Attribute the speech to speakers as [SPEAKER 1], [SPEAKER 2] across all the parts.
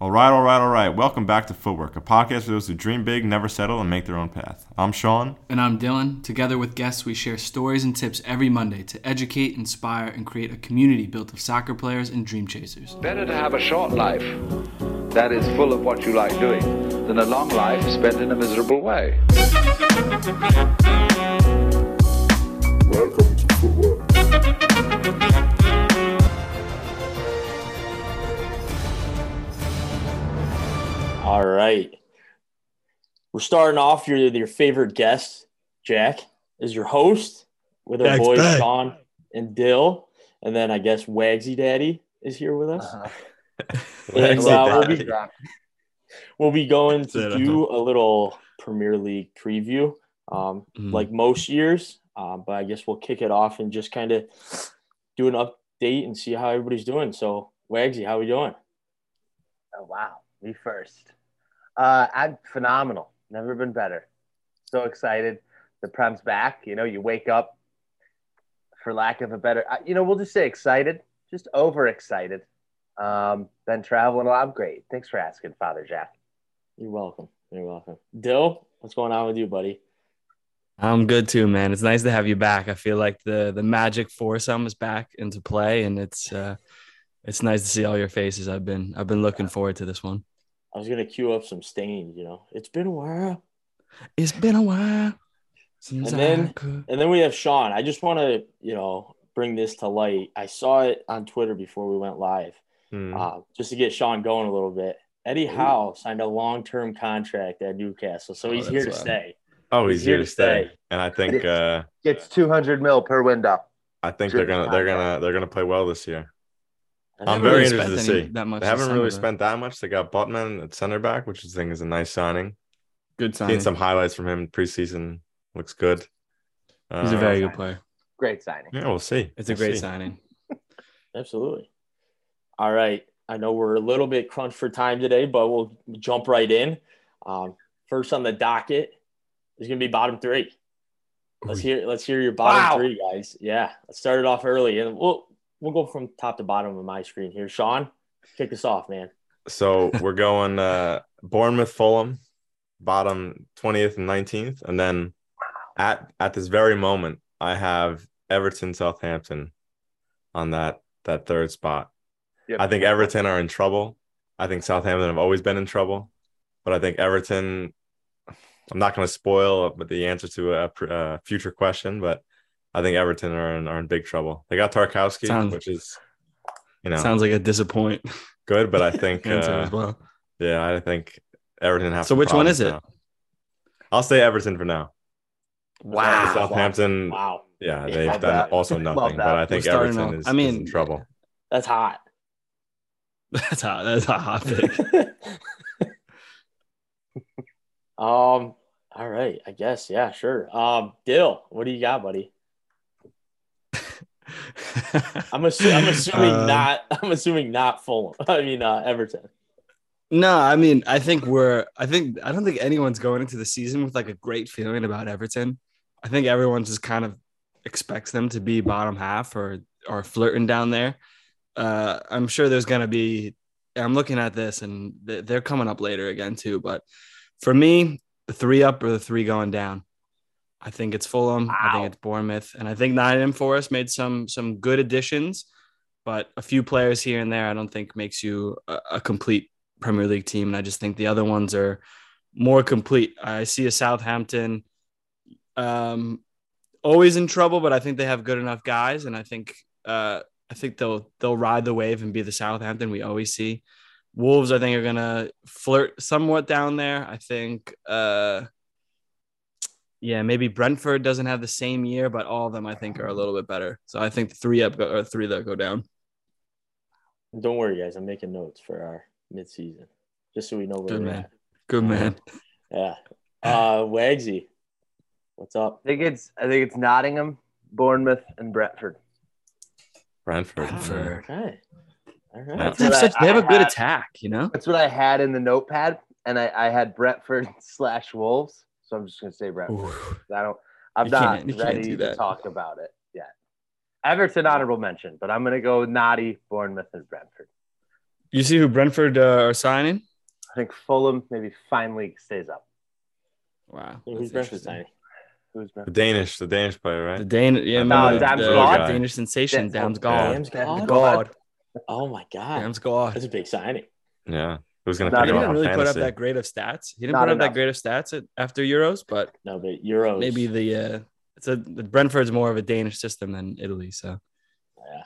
[SPEAKER 1] All right, all right, all right. Welcome back to Footwork, a podcast for those who dream big, never settle, and make their own path. I'm Sean.
[SPEAKER 2] And I'm Dylan. Together with guests, we share stories and tips every Monday to educate, inspire, and create a community built of soccer players and dream chasers.
[SPEAKER 3] Better to have a short life that is full of what you like doing than a long life spent in a miserable way.
[SPEAKER 4] Welcome to Footwork.
[SPEAKER 5] All right. We're starting off your your favorite guest, Jack, is your host with our
[SPEAKER 6] Jack's
[SPEAKER 5] boys
[SPEAKER 6] back.
[SPEAKER 5] Sean and Dill, and then I guess Wagsy Daddy is here with
[SPEAKER 6] Uh-huh.
[SPEAKER 5] us. And
[SPEAKER 6] Wagsy
[SPEAKER 5] uh, we'll,
[SPEAKER 6] Daddy.
[SPEAKER 5] be, we'll be going
[SPEAKER 6] That's it,
[SPEAKER 5] to
[SPEAKER 6] I
[SPEAKER 5] do a little Premier League preview, um,
[SPEAKER 6] Mhm.
[SPEAKER 5] like most years. Um, but I guess we'll kick it off and just kind of do an update and see how everybody's doing. So, Wagsy, how we doing?
[SPEAKER 7] Oh wow, me first. Uh, I'm phenomenal. Never been better. So excited. The Prem's back. You know, you wake up, for lack of a better, I- you know, we'll just say excited, just overexcited. Um, been traveling a lot. I'm great. Thanks for asking, Father Jack.
[SPEAKER 5] You're welcome. You're welcome. Dill, what's going on with you, buddy?
[SPEAKER 6] I'm good too, man. It's nice to have you back. I feel like the the magic foursome is back into play, and it's uh, it's nice to see all your faces. I've been I've been looking forward to this one.
[SPEAKER 5] I was gonna queue up some stain, you know. It's been a while.
[SPEAKER 6] It's been a while since
[SPEAKER 5] And then-
[SPEAKER 6] I could.
[SPEAKER 5] And then we have Sean. I just want to, you know, bring this to light. I saw it on Twitter before we went live,
[SPEAKER 6] Hmm.
[SPEAKER 1] Hmm.
[SPEAKER 5] uh, just to get Sean going a little bit. Eddie Howe signed a long-term contract at Newcastle, so
[SPEAKER 6] Oh,
[SPEAKER 5] he's here to
[SPEAKER 6] that's loud.
[SPEAKER 5] stay.
[SPEAKER 1] Oh,
[SPEAKER 5] he's here to stay.
[SPEAKER 1] And I think uh,
[SPEAKER 7] Gets 200 mil per window.
[SPEAKER 1] I think they're gonna they're gonna they're gonna play well this year.
[SPEAKER 5] I
[SPEAKER 1] I'm
[SPEAKER 5] think
[SPEAKER 6] They
[SPEAKER 1] very
[SPEAKER 6] haven't
[SPEAKER 1] interested to
[SPEAKER 6] spent
[SPEAKER 1] see.
[SPEAKER 6] any- that much
[SPEAKER 1] They
[SPEAKER 6] this
[SPEAKER 1] haven't
[SPEAKER 6] summer,
[SPEAKER 1] really
[SPEAKER 6] though.
[SPEAKER 1] spent that much. They got Butman at center back, which I think is a nice signing.
[SPEAKER 6] Good
[SPEAKER 1] Seen
[SPEAKER 6] signing.
[SPEAKER 1] some highlights from him preseason. Looks good. Uh,
[SPEAKER 6] He's a very good player.
[SPEAKER 7] Great signing.
[SPEAKER 1] Yeah, we'll see.
[SPEAKER 6] It's a
[SPEAKER 1] We'll
[SPEAKER 6] great
[SPEAKER 1] see.
[SPEAKER 6] signing.
[SPEAKER 5] Absolutely. All right. I know we're a little bit crunched for time today, but we'll jump right in. Um, first on the docket is going to be bottom three. Let's hear. Let's hear your bottom
[SPEAKER 7] Wow.
[SPEAKER 5] three, guys. Yeah, let's start it off early, and we'll we'll go from top to bottom of my screen here. Sean, kick us off, man.
[SPEAKER 1] So we're going uh Bournemouth Fulham, bottom 20th and 19th. And then at at this very moment, I have Everton Southampton on that that third spot.
[SPEAKER 7] Yep.
[SPEAKER 1] I think Everton are in trouble. I think Southampton have always been in trouble. But I think Everton I'm not going to spoil uh, but the answer to a, pr- a future question, but I think Everton are in, are in big trouble. They got Tarkowski,
[SPEAKER 6] Sounds-
[SPEAKER 1] which is you know
[SPEAKER 6] Sounds like a disappoint
[SPEAKER 1] good, but I think
[SPEAKER 6] answer
[SPEAKER 1] uh,
[SPEAKER 6] as well.
[SPEAKER 1] yeah, I think Everton has.
[SPEAKER 6] So
[SPEAKER 1] some
[SPEAKER 6] which one
[SPEAKER 1] problems
[SPEAKER 6] is it?
[SPEAKER 1] now. I'll say Everton for now.
[SPEAKER 5] Wow.
[SPEAKER 1] Southampton.
[SPEAKER 5] Wow,
[SPEAKER 1] Yeah,
[SPEAKER 5] Yeah,
[SPEAKER 1] they've
[SPEAKER 5] love
[SPEAKER 1] done
[SPEAKER 5] that.
[SPEAKER 1] also
[SPEAKER 7] Love
[SPEAKER 1] nothing,
[SPEAKER 7] that.
[SPEAKER 1] but I think
[SPEAKER 6] We're starting
[SPEAKER 1] Everton
[SPEAKER 6] off-
[SPEAKER 1] is,
[SPEAKER 6] I
[SPEAKER 1] is in
[SPEAKER 6] mean-
[SPEAKER 1] trouble.
[SPEAKER 5] that's hot.
[SPEAKER 6] That's hot. That's a hot pick.
[SPEAKER 5] um. All right. I guess. Yeah. Sure. Um. Dill, what do you got, buddy? I'm, assu- I'm assuming
[SPEAKER 6] Uh,
[SPEAKER 5] not. I'm assuming not Fulham. I mean uh, Everton.
[SPEAKER 6] No, I mean, I think we're, I think, I don't think anyone's going into the season with like a great feeling about Everton. I think everyone just kind of expects them to be bottom half or, or flirting down there. Uh, I'm sure there's going to be, I'm looking at this and th- they're coming up later again too. But for me, the three up or the three going down. I think it's Fulham. I think it's Bournemouth. And I think Nottingham Forest made some, some good additions, but a few players here and there, I don't think makes you a, a complete Premier League team, and I just think the other ones are more complete. I see a Southampton um, always in trouble, but I think they have good enough guys, and I think uh, I think they'll they'll ride the wave and be the Southampton we always see. Wolves, I think, are gonna flirt somewhat down there. I think, uh, yeah, maybe Brentford doesn't have the same year, but all of them I think are a little bit better. So I think the three up go, or three that go down.
[SPEAKER 5] Don't worry, guys. I'm making notes for our midseason, just so we know where
[SPEAKER 6] Good
[SPEAKER 5] we're
[SPEAKER 6] man. Good man.
[SPEAKER 5] at. Yeah. Uh, Wagsy, what's up?
[SPEAKER 7] I think it's I think it's Nottingham, Bournemouth, and Brentford.
[SPEAKER 1] Brentford.
[SPEAKER 6] Brentford.
[SPEAKER 5] Okay. All right.
[SPEAKER 1] That's
[SPEAKER 6] They have,
[SPEAKER 7] what
[SPEAKER 6] such,
[SPEAKER 7] I-
[SPEAKER 6] they have a
[SPEAKER 7] I
[SPEAKER 6] good
[SPEAKER 7] had.
[SPEAKER 6] attack, you know.
[SPEAKER 7] That's what I had in the notepad, and I, I had Brentford slash Wolves. So I'm just gonna say Brentford. I don't. I'm
[SPEAKER 6] You
[SPEAKER 7] not
[SPEAKER 6] can't- you can't
[SPEAKER 7] ready
[SPEAKER 6] do
[SPEAKER 7] to
[SPEAKER 6] that.
[SPEAKER 7] talk about it yet. Everton honorable mention, but I'm going to go with Naughty, Bournemouth, and Brentford.
[SPEAKER 6] You see who Brentford uh, are signing?
[SPEAKER 7] I think Fulham maybe finally stays up.
[SPEAKER 6] Wow. that's
[SPEAKER 5] Who's Brentford
[SPEAKER 6] interesting.
[SPEAKER 5] signing?
[SPEAKER 7] Who's been?
[SPEAKER 1] The Danish, the Danish player,
[SPEAKER 6] The
[SPEAKER 1] right?
[SPEAKER 6] Dan, yeah,
[SPEAKER 1] Uh,
[SPEAKER 6] remember
[SPEAKER 1] Dam's
[SPEAKER 6] the,
[SPEAKER 1] God?
[SPEAKER 6] the Danish sensation,
[SPEAKER 7] Dam's
[SPEAKER 6] Dam's God.
[SPEAKER 5] Dam's God.
[SPEAKER 6] The
[SPEAKER 5] God.
[SPEAKER 6] God.
[SPEAKER 5] Oh my God,
[SPEAKER 6] Dam's God.
[SPEAKER 5] that's a big signing.
[SPEAKER 1] Yeah. Who's gonna
[SPEAKER 7] No,
[SPEAKER 1] pick
[SPEAKER 6] He
[SPEAKER 1] him
[SPEAKER 7] don't
[SPEAKER 1] up
[SPEAKER 6] didn't
[SPEAKER 1] on
[SPEAKER 6] really put up
[SPEAKER 1] fantasy?
[SPEAKER 6] that great of stats. He didn't
[SPEAKER 7] Not
[SPEAKER 6] put up
[SPEAKER 7] enough.
[SPEAKER 6] that great of stats at, after Euros, but
[SPEAKER 5] No, but Euros.
[SPEAKER 6] maybe the uh, it's a Brentford's more of a Danish system than Italy. So
[SPEAKER 5] Yeah.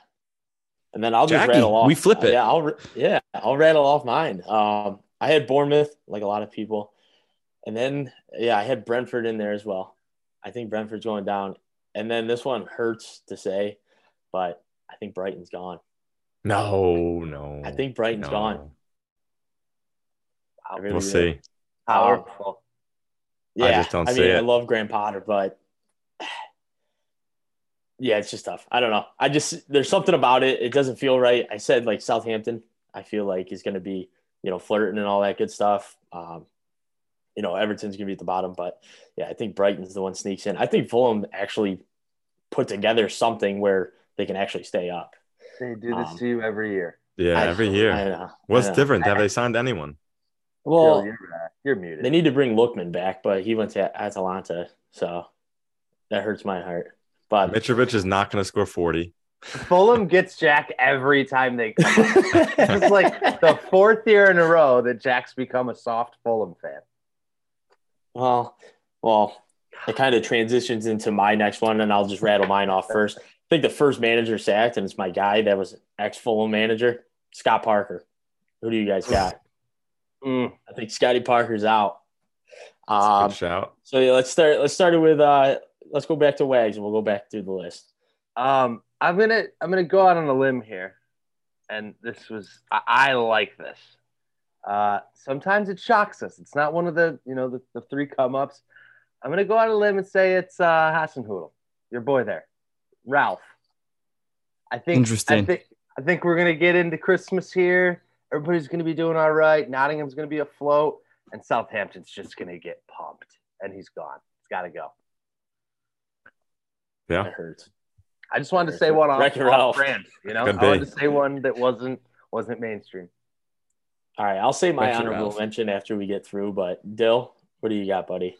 [SPEAKER 5] And then I'll
[SPEAKER 6] Jackie,
[SPEAKER 5] just rattle off.
[SPEAKER 6] we flip it.
[SPEAKER 5] Yeah, I'll r- yeah, I'll rattle off mine. Um, I had Bournemouth, like a lot of people, and then yeah, I had Brentford in there as well. I think Brentford's going down, and then this one hurts to say, but I think Brighton's gone.
[SPEAKER 1] No, no.
[SPEAKER 5] I think Brighton's
[SPEAKER 1] no.
[SPEAKER 5] gone. I really
[SPEAKER 1] We'll
[SPEAKER 5] do.
[SPEAKER 1] see.
[SPEAKER 6] Um,
[SPEAKER 7] Powerful.
[SPEAKER 5] Yeah,
[SPEAKER 1] I just don't
[SPEAKER 5] I
[SPEAKER 1] see
[SPEAKER 5] mean, I
[SPEAKER 1] it.
[SPEAKER 5] love Graham Potter, but yeah, it's just tough. I don't know. I just there's something about it. It doesn't feel right. I said like Southampton. I feel like is going to be you know flirting and all that good stuff. Um, you know, Everton's going to be at the bottom, but yeah, I think Brighton's the one sneaks in. I think Fulham actually put together something where they can actually stay up.
[SPEAKER 7] They do this
[SPEAKER 5] Um,
[SPEAKER 7] to you every year.
[SPEAKER 1] Yeah,
[SPEAKER 5] I-
[SPEAKER 1] every year.
[SPEAKER 5] I know.
[SPEAKER 1] What's
[SPEAKER 5] I know.
[SPEAKER 1] different? Have they signed anyone?
[SPEAKER 5] Well,
[SPEAKER 7] Phil, you're, uh, you're muted.
[SPEAKER 5] They need to bring Lookman back, but he went to Atalanta, so that hurts my heart. But
[SPEAKER 1] Mitrovic is not going to score 40.
[SPEAKER 7] Fulham gets Jack every time they come. up. This is like the fourth year in a row that Jack's become a soft Fulham fan.
[SPEAKER 5] well, well, it kind of transitions into my next one, and I'll just rattle mine off first. I think the first manager sacked, and it's my guy that was ex Fulham manager, Scott Parker. Who do you guys got?
[SPEAKER 7] Mm.
[SPEAKER 5] I think Scotty Parker's out.
[SPEAKER 1] That's a
[SPEAKER 5] Um,
[SPEAKER 1] good shout.
[SPEAKER 5] so yeah, let's start. Let's start it with. Uh, let's go back to Wags, and we'll go back through the list.
[SPEAKER 7] Um, I'm gonna I'm gonna go out on a limb here, and this was I, I like this. Uh, sometimes it shocks us. It's not one of the you know the, the three come ups. I'm gonna go out on a limb and say it's uh, Hassan Hoodle, your boy there, Ralph. I think I
[SPEAKER 6] Interesting.
[SPEAKER 7] think I think we're gonna get into Christmas here. Everybody's gonna be doing all right. Nottingham's gonna be afloat, and Southampton's just gonna get pumped. And he's gone. He's got to go.
[SPEAKER 1] Yeah.
[SPEAKER 6] Oh.
[SPEAKER 5] That hurts.
[SPEAKER 7] I just wanted to say one off,
[SPEAKER 5] Wreck your
[SPEAKER 7] off
[SPEAKER 5] Ralph.
[SPEAKER 7] brand. You know, I
[SPEAKER 1] Could
[SPEAKER 7] wanted
[SPEAKER 1] be.
[SPEAKER 7] to say one that wasn't wasn't mainstream.
[SPEAKER 5] All right, I'll say my
[SPEAKER 6] Thank you,
[SPEAKER 5] honorable
[SPEAKER 6] Ralph.
[SPEAKER 5] mention after we get through. But Dill, what do you got, buddy?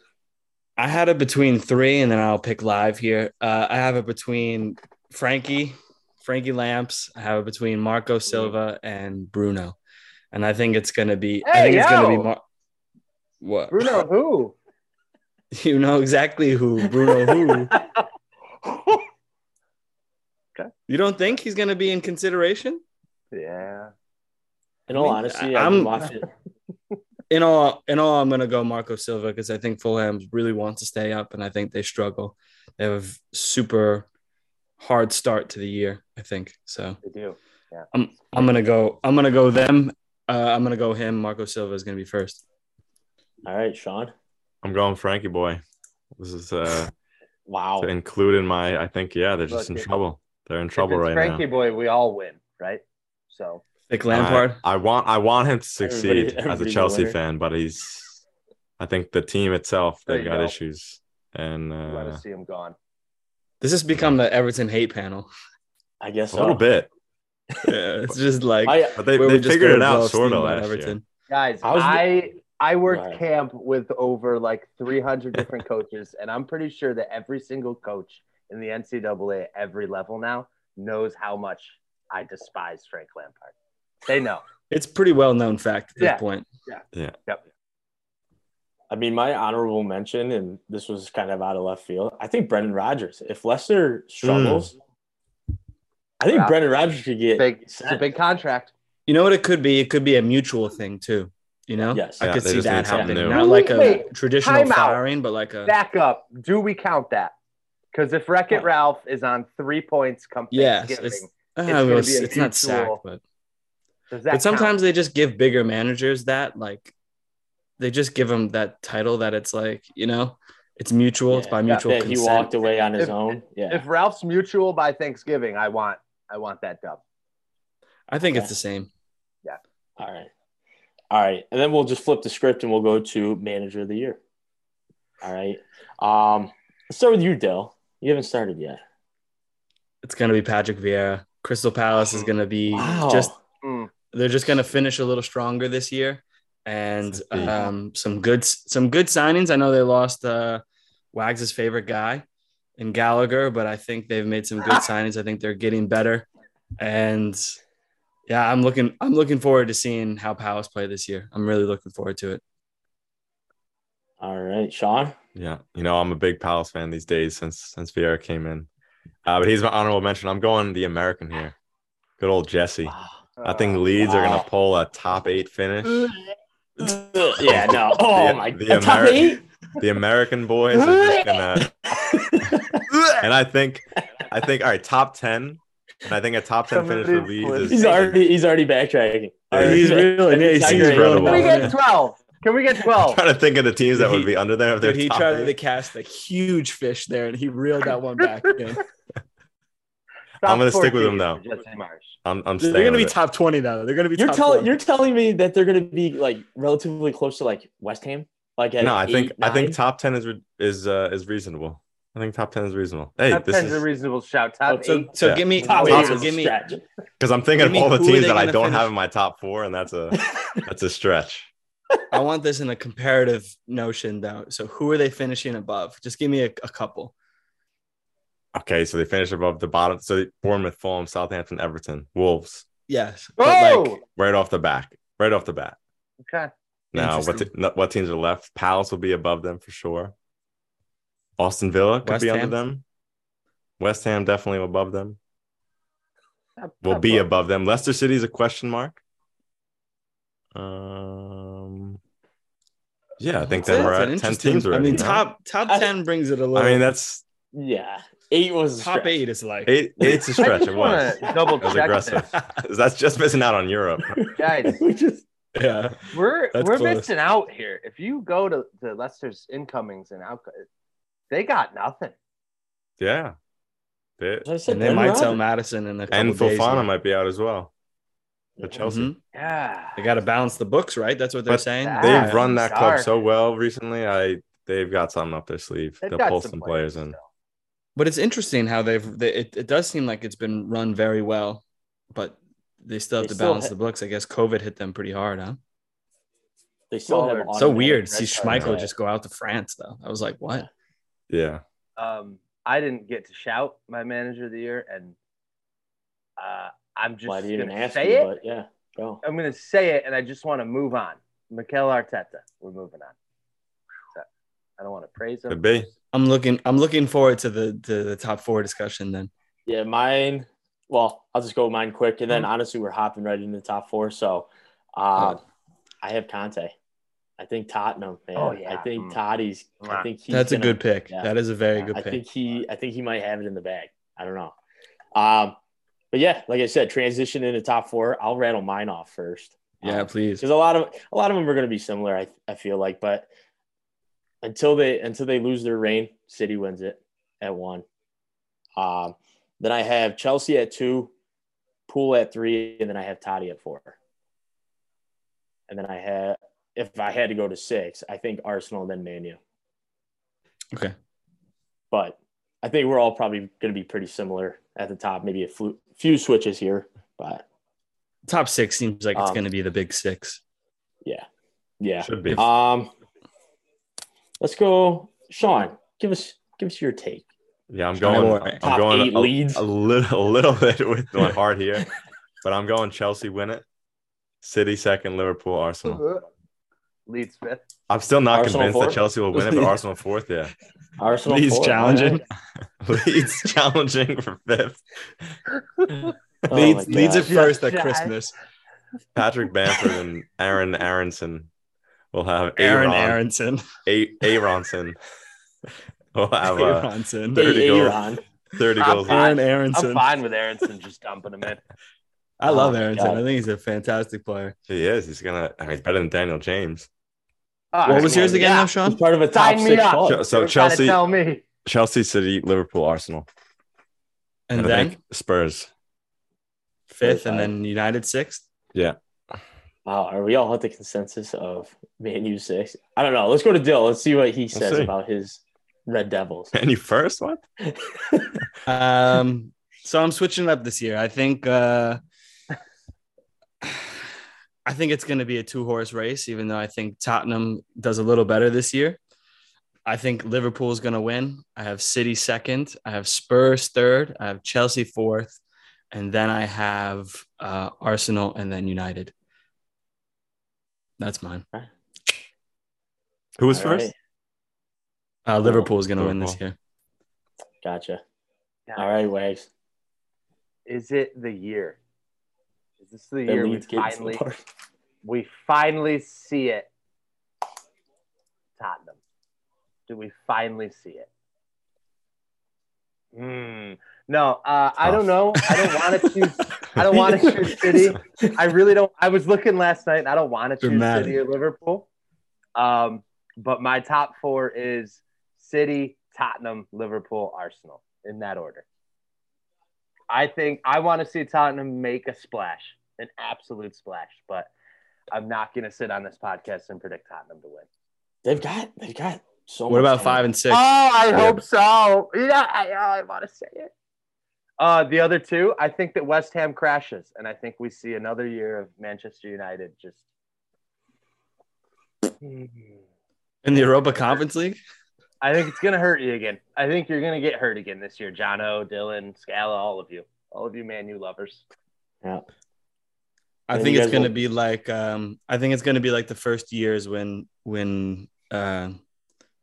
[SPEAKER 6] I had it between three, and then I'll pick live here. Uh, I have it between Frankie, Frankie Lamps. I have it between Marco Silva and Bruno, and I think it's gonna be. I
[SPEAKER 7] Hey,
[SPEAKER 6] think it's gonna be
[SPEAKER 7] yo!
[SPEAKER 6] Mar- what
[SPEAKER 7] Bruno, who?
[SPEAKER 6] You know exactly who Bruno who. You don't think he's gonna be in consideration?
[SPEAKER 7] yeah.
[SPEAKER 5] In all
[SPEAKER 6] I mean,
[SPEAKER 5] honesty,
[SPEAKER 6] I-
[SPEAKER 5] I, am
[SPEAKER 6] I'm-
[SPEAKER 5] watching.
[SPEAKER 6] In all, in all, I'm gonna go Marco Silva because I think Fulham really wants to stay up, and I think they struggle. They have a v- super hard start to the year. I think so.
[SPEAKER 7] They do.
[SPEAKER 6] I'm I'm gonna go. I'm gonna go them. Uh, I'm gonna go him. Marco Silva is gonna be first.
[SPEAKER 5] All right, Sean.
[SPEAKER 1] I'm going Frankie boy. This is uh,
[SPEAKER 5] Wow.
[SPEAKER 1] to include in my, I think, yeah, they're just in
[SPEAKER 7] Look, if-
[SPEAKER 1] trouble. They're in trouble
[SPEAKER 7] if it's
[SPEAKER 1] right
[SPEAKER 7] Frankie
[SPEAKER 1] now.
[SPEAKER 7] boy, we all win, right? So
[SPEAKER 6] Like
[SPEAKER 1] I-
[SPEAKER 6] Lampard.
[SPEAKER 1] I, want I want him to succeed
[SPEAKER 5] Everybody-
[SPEAKER 1] as a
[SPEAKER 5] everybody's a
[SPEAKER 1] Chelsea
[SPEAKER 5] winner.
[SPEAKER 1] fan, but he's I think the team itself,
[SPEAKER 7] There
[SPEAKER 1] they've
[SPEAKER 7] you
[SPEAKER 1] got
[SPEAKER 7] go.
[SPEAKER 1] issues. And
[SPEAKER 7] we want
[SPEAKER 1] uh,
[SPEAKER 7] to see him gone.
[SPEAKER 6] This has become the Everton hate panel.
[SPEAKER 5] I guess
[SPEAKER 1] a
[SPEAKER 5] so.
[SPEAKER 1] little bit.
[SPEAKER 6] Yeah, it's just like
[SPEAKER 5] I,
[SPEAKER 1] But they,
[SPEAKER 6] where
[SPEAKER 1] they
[SPEAKER 6] we just
[SPEAKER 1] figured it
[SPEAKER 6] go
[SPEAKER 1] out
[SPEAKER 6] blow
[SPEAKER 1] sort
[SPEAKER 6] steam
[SPEAKER 1] of
[SPEAKER 6] on
[SPEAKER 1] last year.
[SPEAKER 7] Guys,
[SPEAKER 5] I was-
[SPEAKER 7] I I worked
[SPEAKER 5] Right.
[SPEAKER 7] camp with over like 300 different coaches, and I'm pretty sure that every single coach in the NCAA at every level now knows how much I despise Frank Lampard. They know.
[SPEAKER 6] It's pretty well known fact at this
[SPEAKER 7] Yeah.
[SPEAKER 6] point.
[SPEAKER 5] I mean, my honorable mention, and this was kind of out of left field. I think Brendan Rodgers. If Leicester struggles, I think
[SPEAKER 7] Wow.
[SPEAKER 5] Brendan Rodgers could get
[SPEAKER 7] Mm. Big, it's a
[SPEAKER 5] sent.
[SPEAKER 7] big contract.
[SPEAKER 6] You know what it could be? It could be a mutual thing too. You know,
[SPEAKER 5] Yes.
[SPEAKER 6] I
[SPEAKER 1] Yeah,
[SPEAKER 6] could
[SPEAKER 1] they
[SPEAKER 6] see
[SPEAKER 1] just need
[SPEAKER 6] that
[SPEAKER 1] something
[SPEAKER 6] happening.
[SPEAKER 1] new.
[SPEAKER 6] Not like a
[SPEAKER 7] Wait,
[SPEAKER 6] traditional
[SPEAKER 7] time out.
[SPEAKER 6] firing, but like a
[SPEAKER 7] Back up. Do we count that? Because if Wreck It Ralph is on three points come
[SPEAKER 6] yes.
[SPEAKER 7] Thanksgiving,
[SPEAKER 6] It's, I
[SPEAKER 7] It's
[SPEAKER 6] don't know,
[SPEAKER 7] gonna
[SPEAKER 6] it's,
[SPEAKER 7] be a
[SPEAKER 6] Uh, it's not sacked,
[SPEAKER 7] mutual-
[SPEAKER 6] but
[SPEAKER 7] does that
[SPEAKER 6] but sometimes
[SPEAKER 7] count?
[SPEAKER 6] they just give bigger managers that like they just give them that title that it's like you know it's mutual. it's
[SPEAKER 5] Yeah,
[SPEAKER 6] by
[SPEAKER 5] yeah,
[SPEAKER 6] mutual
[SPEAKER 5] that he
[SPEAKER 6] consent.
[SPEAKER 5] walked away on his
[SPEAKER 7] If-
[SPEAKER 5] own. Yeah.
[SPEAKER 7] if Ralph's mutual by Thanksgiving, I want I want that dub.
[SPEAKER 6] I think
[SPEAKER 5] Okay.
[SPEAKER 6] it's the same.
[SPEAKER 5] All right. All right. And then we'll just flip the script and we'll go to manager of the year. All right. Um, let's start with you, Dell. You haven't started yet.
[SPEAKER 6] It's gonna be Patrick Vieira. Crystal Palace is gonna be
[SPEAKER 5] Wow.
[SPEAKER 6] just
[SPEAKER 7] Mm.
[SPEAKER 6] they're just going to finish a little stronger this year, and
[SPEAKER 1] Big.
[SPEAKER 6] um, some good some good signings. I know they lost uh, Wags' favorite guy in Gallagher, but I think they've made some good signings. I think they're getting better, and yeah, I'm looking I'm looking forward to seeing how Palace play this year. I'm really looking forward to it.
[SPEAKER 5] All right, Sean.
[SPEAKER 1] Yeah, you know I'm a big Palace fan these days since since Vieira came in, uh, but he's my honorable mention. I'm going the American here, good old Jesse. I think
[SPEAKER 3] Ah,
[SPEAKER 7] Uh,
[SPEAKER 1] Leeds are
[SPEAKER 5] wow.
[SPEAKER 1] gonna pull a top eight finish.
[SPEAKER 5] Ugh, yeah, no. Oh
[SPEAKER 1] The-
[SPEAKER 5] my
[SPEAKER 1] the
[SPEAKER 5] god. Top
[SPEAKER 1] Ameri-
[SPEAKER 5] eight?
[SPEAKER 1] The American boys are just gonna, and I think, I think all right, top ten, and I think a top ten finish for
[SPEAKER 7] Somebody's
[SPEAKER 1] Leeds is
[SPEAKER 5] He's already he's already backtracking.
[SPEAKER 1] Yeah,
[SPEAKER 5] Already
[SPEAKER 1] he's
[SPEAKER 5] back-
[SPEAKER 6] really- yeah, he's
[SPEAKER 1] incredible.
[SPEAKER 7] Can we
[SPEAKER 6] Yeah.
[SPEAKER 7] get 12? Can we get 12?
[SPEAKER 1] trying to think of the teams that
[SPEAKER 6] Dude,
[SPEAKER 1] would be under there if they're
[SPEAKER 6] Dude, he
[SPEAKER 1] top
[SPEAKER 6] tried
[SPEAKER 1] eight.
[SPEAKER 6] to cast a huge fish there, and he reeled that one back. in.
[SPEAKER 1] I'm gonna stick with him,
[SPEAKER 7] 14
[SPEAKER 1] though.
[SPEAKER 7] for Jesse Marsh.
[SPEAKER 1] I'm, I'm
[SPEAKER 6] They're
[SPEAKER 1] staying.
[SPEAKER 6] going to
[SPEAKER 1] with
[SPEAKER 6] be
[SPEAKER 1] it.
[SPEAKER 6] top twenty though. They're going to be.
[SPEAKER 5] You're
[SPEAKER 6] top
[SPEAKER 5] telling
[SPEAKER 6] 20.
[SPEAKER 5] you're telling me that they're gonna be like relatively close to like West Ham? Like at
[SPEAKER 1] No, I think
[SPEAKER 5] eight,
[SPEAKER 1] I think
[SPEAKER 5] nine?
[SPEAKER 1] top ten is re- is uh, is reasonable. I think top ten is reasonable. Hey,
[SPEAKER 7] Top
[SPEAKER 1] this
[SPEAKER 7] 10's a
[SPEAKER 1] is
[SPEAKER 7] reasonable shout.
[SPEAKER 5] Oh,
[SPEAKER 7] Top
[SPEAKER 6] So,
[SPEAKER 7] eight.
[SPEAKER 6] so
[SPEAKER 1] Yeah.
[SPEAKER 6] give me.
[SPEAKER 5] top
[SPEAKER 6] wait,
[SPEAKER 5] eight
[SPEAKER 6] so
[SPEAKER 5] is a
[SPEAKER 6] give me.
[SPEAKER 5] stretch.
[SPEAKER 1] because I'm thinking
[SPEAKER 6] I
[SPEAKER 1] of
[SPEAKER 6] mean,
[SPEAKER 1] all the
[SPEAKER 6] who are
[SPEAKER 1] teams
[SPEAKER 6] they
[SPEAKER 1] that I
[SPEAKER 6] gonna
[SPEAKER 1] don't
[SPEAKER 6] finish?
[SPEAKER 1] have in my top four, and that's a that's a stretch.
[SPEAKER 6] I want this in a comparative notion though. So who are they finishing above? Just give me a, a couple.
[SPEAKER 1] Okay, so they finish above the bottom. So Bournemouth, Fulham, Southampton, Everton, Wolves,
[SPEAKER 6] Yes.
[SPEAKER 7] Oh,
[SPEAKER 6] But like,
[SPEAKER 1] right off the back, right off the bat.
[SPEAKER 7] okay.
[SPEAKER 1] Now, what
[SPEAKER 6] Interesting.
[SPEAKER 1] te- no- what teams are left? Palace will be above them for sure. Austin Villa could
[SPEAKER 6] West
[SPEAKER 1] be
[SPEAKER 6] Ham?
[SPEAKER 1] under them. West Ham definitely above them.
[SPEAKER 7] Top-
[SPEAKER 1] Will
[SPEAKER 7] top
[SPEAKER 1] be
[SPEAKER 7] four.
[SPEAKER 1] above them. Leicester City's a question mark. Um. Yeah, I think
[SPEAKER 6] that's
[SPEAKER 1] then we're
[SPEAKER 6] an
[SPEAKER 1] at ten
[SPEAKER 6] interesting-
[SPEAKER 1] teams
[SPEAKER 6] I
[SPEAKER 1] already.
[SPEAKER 6] mean,
[SPEAKER 1] no?
[SPEAKER 6] top top
[SPEAKER 5] I-
[SPEAKER 6] ten brings it a little.
[SPEAKER 1] I mean, that's
[SPEAKER 5] Yeah. Eight was a
[SPEAKER 6] top
[SPEAKER 5] stretch.
[SPEAKER 6] eight is like.
[SPEAKER 1] eight. Eight's a
[SPEAKER 7] I
[SPEAKER 1] stretch.
[SPEAKER 7] just
[SPEAKER 1] It was.
[SPEAKER 7] wanna Double
[SPEAKER 1] It was
[SPEAKER 7] check. this.
[SPEAKER 1] aggressive. that's just missing out on Europe.
[SPEAKER 7] Guys,
[SPEAKER 5] Which is
[SPEAKER 6] Yeah.
[SPEAKER 7] we're
[SPEAKER 6] That's
[SPEAKER 7] we're
[SPEAKER 6] close.
[SPEAKER 7] missing out here. If you go to, to Leicester's incomings and out, they got nothing.
[SPEAKER 1] Yeah. They-
[SPEAKER 5] I said
[SPEAKER 6] And they
[SPEAKER 5] Ben
[SPEAKER 6] might sell
[SPEAKER 5] Rod-
[SPEAKER 6] Madison in a couple
[SPEAKER 1] and
[SPEAKER 6] days.
[SPEAKER 1] Fofana might be out as well. For Chelsea.
[SPEAKER 6] Mhm.
[SPEAKER 7] Yeah.
[SPEAKER 6] They got to balance the books, right? That's what they're
[SPEAKER 1] But
[SPEAKER 6] saying.
[SPEAKER 7] that-
[SPEAKER 1] They've
[SPEAKER 7] Yeah.
[SPEAKER 1] run that club
[SPEAKER 7] Dark.
[SPEAKER 1] so well recently. I they've got something up their sleeve.
[SPEAKER 7] They've
[SPEAKER 1] They'll
[SPEAKER 7] got
[SPEAKER 1] pull some players in.
[SPEAKER 7] still.
[SPEAKER 6] But it's interesting how they've. They, it, it does seem like it's been run very well, but they still have
[SPEAKER 5] They
[SPEAKER 6] to
[SPEAKER 5] still
[SPEAKER 6] balance
[SPEAKER 5] ha-
[SPEAKER 6] the books. I guess COVID hit them pretty hard, huh?
[SPEAKER 5] They still have
[SPEAKER 7] So
[SPEAKER 6] so
[SPEAKER 5] automatic
[SPEAKER 6] weird.
[SPEAKER 5] red
[SPEAKER 6] See
[SPEAKER 5] cards.
[SPEAKER 6] Schmeichel just go out to France though. I was like, what?
[SPEAKER 1] Yeah.
[SPEAKER 7] Um, I didn't get to shout my manager of the year, and uh, I'm just
[SPEAKER 5] Why do you even
[SPEAKER 7] gonna
[SPEAKER 5] ask
[SPEAKER 7] say
[SPEAKER 5] me?
[SPEAKER 7] it.
[SPEAKER 5] But yeah, go.
[SPEAKER 7] I'm gonna say it, and I just want to move on. Mikel Arteta, we're moving on. So, I don't want to praise him.
[SPEAKER 1] Could be.
[SPEAKER 6] I'm looking. I'm looking forward to the to the top four discussion then.
[SPEAKER 5] Yeah, mine. Well, I'll just go with mine quick, and then honestly, we're hopping right into the top four. So, um,
[SPEAKER 6] Oh.
[SPEAKER 5] I have Conte. I think Tottenham, man.
[SPEAKER 7] Oh, yeah.
[SPEAKER 5] I think
[SPEAKER 7] Mm.
[SPEAKER 5] Toddy's. I
[SPEAKER 7] Mwah.
[SPEAKER 5] think he's
[SPEAKER 6] That's a
[SPEAKER 5] gonna-
[SPEAKER 6] good pick.
[SPEAKER 5] yeah.
[SPEAKER 6] That is a very good
[SPEAKER 5] I
[SPEAKER 6] pick.
[SPEAKER 5] think he. I think he might have it in the bag. I don't know. Um, but yeah, like I said, transition into top four. I'll rattle mine off first. Um,
[SPEAKER 6] yeah, please.
[SPEAKER 5] because a lot of a lot of them are going to be similar. I I feel like, but until they until they lose their reign, City wins it at one. Um, then I have Chelsea at two, Pool at three, and then I have Toddy at four. And then I have if I had to go to six, I think Arsenal then Manu.
[SPEAKER 6] Okay.
[SPEAKER 5] But I think we're all probably going to be pretty similar at the top. Maybe a flu- few switches here, but
[SPEAKER 6] Top six seems like it's
[SPEAKER 5] Um,
[SPEAKER 6] going to be the big six.
[SPEAKER 5] yeah.
[SPEAKER 1] Should be.
[SPEAKER 5] Um, let's go, Sean. Give us give us your take.
[SPEAKER 1] Yeah, I'm
[SPEAKER 6] China
[SPEAKER 1] going.
[SPEAKER 6] war.
[SPEAKER 1] I'm
[SPEAKER 5] Top
[SPEAKER 1] going
[SPEAKER 5] eight
[SPEAKER 1] a,
[SPEAKER 5] leads.
[SPEAKER 1] a little, a little bit with my heart here, but I'm going Chelsea win it. City second, Liverpool, Arsenal.
[SPEAKER 7] Leeds fifth.
[SPEAKER 1] I'm still not
[SPEAKER 5] Arsenal
[SPEAKER 1] convinced
[SPEAKER 5] fourth?
[SPEAKER 1] that Chelsea will win it, but Arsenal fourth, yeah.
[SPEAKER 5] Arsenal.
[SPEAKER 6] Please
[SPEAKER 5] four,
[SPEAKER 6] challenge
[SPEAKER 5] all
[SPEAKER 6] him.
[SPEAKER 5] right.
[SPEAKER 1] Leeds challenging for fifth.
[SPEAKER 5] Oh
[SPEAKER 6] Leeds,
[SPEAKER 5] my
[SPEAKER 6] Leeds at
[SPEAKER 5] God.
[SPEAKER 6] first at
[SPEAKER 7] Yeah.
[SPEAKER 6] Christmas.
[SPEAKER 1] Patrick Bamford and Aaron Aronson will have Aaron
[SPEAKER 6] Aaron
[SPEAKER 1] Aaron
[SPEAKER 6] Aronson.
[SPEAKER 1] A- Aronson will have uh,
[SPEAKER 6] Aronson.
[SPEAKER 5] Hey,
[SPEAKER 1] 30 goals.
[SPEAKER 5] Aaron.
[SPEAKER 1] thirty goals.
[SPEAKER 7] Top
[SPEAKER 6] Aaron
[SPEAKER 7] I'm
[SPEAKER 6] Aronson.
[SPEAKER 7] fine with Aronson just dumping him in.
[SPEAKER 6] I love
[SPEAKER 5] Oh my
[SPEAKER 6] Aronson.
[SPEAKER 5] God.
[SPEAKER 6] I think he's a fantastic player.
[SPEAKER 1] He is. He's gonna. I mean, he's better than Daniel James.
[SPEAKER 7] All
[SPEAKER 6] What
[SPEAKER 7] right,
[SPEAKER 6] was
[SPEAKER 7] man.
[SPEAKER 6] yours again,
[SPEAKER 7] Ah, Yeah.
[SPEAKER 6] though,
[SPEAKER 5] He's
[SPEAKER 6] Sean?
[SPEAKER 5] part of a top
[SPEAKER 7] Sign me
[SPEAKER 5] six
[SPEAKER 7] up.
[SPEAKER 5] club.
[SPEAKER 1] Ch- so
[SPEAKER 7] You're trying to
[SPEAKER 1] Chelsea,
[SPEAKER 7] Tell me.
[SPEAKER 1] Chelsea City, Liverpool, Arsenal,
[SPEAKER 6] And
[SPEAKER 1] I
[SPEAKER 6] then
[SPEAKER 1] think Spurs.
[SPEAKER 6] fifth, and
[SPEAKER 5] five.
[SPEAKER 6] then United sixth.
[SPEAKER 5] Wow, are we all at the consensus of Man U six? I don't know. Let's go to Dill. Let's see what he says
[SPEAKER 1] see.
[SPEAKER 5] about his Red Devils.
[SPEAKER 1] And you first what?
[SPEAKER 6] Um, so I'm switching it up this year. I think uh I think it's going to be a two horse race, even though I think Tottenham does a little better this year. I think Liverpool is going to win. I have City second. I have Spurs third. I have Chelsea fourth. And then I have uh, Arsenal and then United. That's mine.
[SPEAKER 1] Who was
[SPEAKER 5] All right.
[SPEAKER 1] first?
[SPEAKER 6] Uh, Liverpool is going to win this year.
[SPEAKER 5] Gotcha.
[SPEAKER 7] Yeah.
[SPEAKER 5] All right, Wags.
[SPEAKER 7] Is it the year? Is this the
[SPEAKER 5] That
[SPEAKER 7] year we
[SPEAKER 5] leads getting to the
[SPEAKER 7] finally,
[SPEAKER 5] party.
[SPEAKER 7] we finally see it? Tottenham. Do we finally see it? Hmm. No, uh, I don't know. I don't want to choose. I don't want to choose City. I really don't. I was looking last night, and I don't want to choose
[SPEAKER 6] Dramatic.
[SPEAKER 7] City or Liverpool. Um, but my top four is City, Tottenham, Liverpool, Arsenal in that order. I think I want to see Tottenham make a splash, an absolute splash. But I'm not going to sit on this podcast and predict Tottenham to win.
[SPEAKER 5] They've got they've got so
[SPEAKER 6] What
[SPEAKER 5] much
[SPEAKER 6] about
[SPEAKER 5] talent.
[SPEAKER 6] five and six?
[SPEAKER 7] Oh, I
[SPEAKER 1] Yeah.
[SPEAKER 7] hope so. Yeah, I, oh, I want to say it. Uh, the other two, I think that West Ham crashes, and I think we see another year of Manchester United just.
[SPEAKER 6] In the Europa Conference League?
[SPEAKER 7] I think it's gonna hurt you again. I think you're gonna get hurt again this year, Jono, Dylan, Scala, all of you, all of you Man U lovers.
[SPEAKER 6] I
[SPEAKER 5] And
[SPEAKER 6] think
[SPEAKER 5] you
[SPEAKER 6] it's
[SPEAKER 5] guys
[SPEAKER 6] going to
[SPEAKER 5] will-
[SPEAKER 6] be like um, I think it's going to be like the first years when when uh,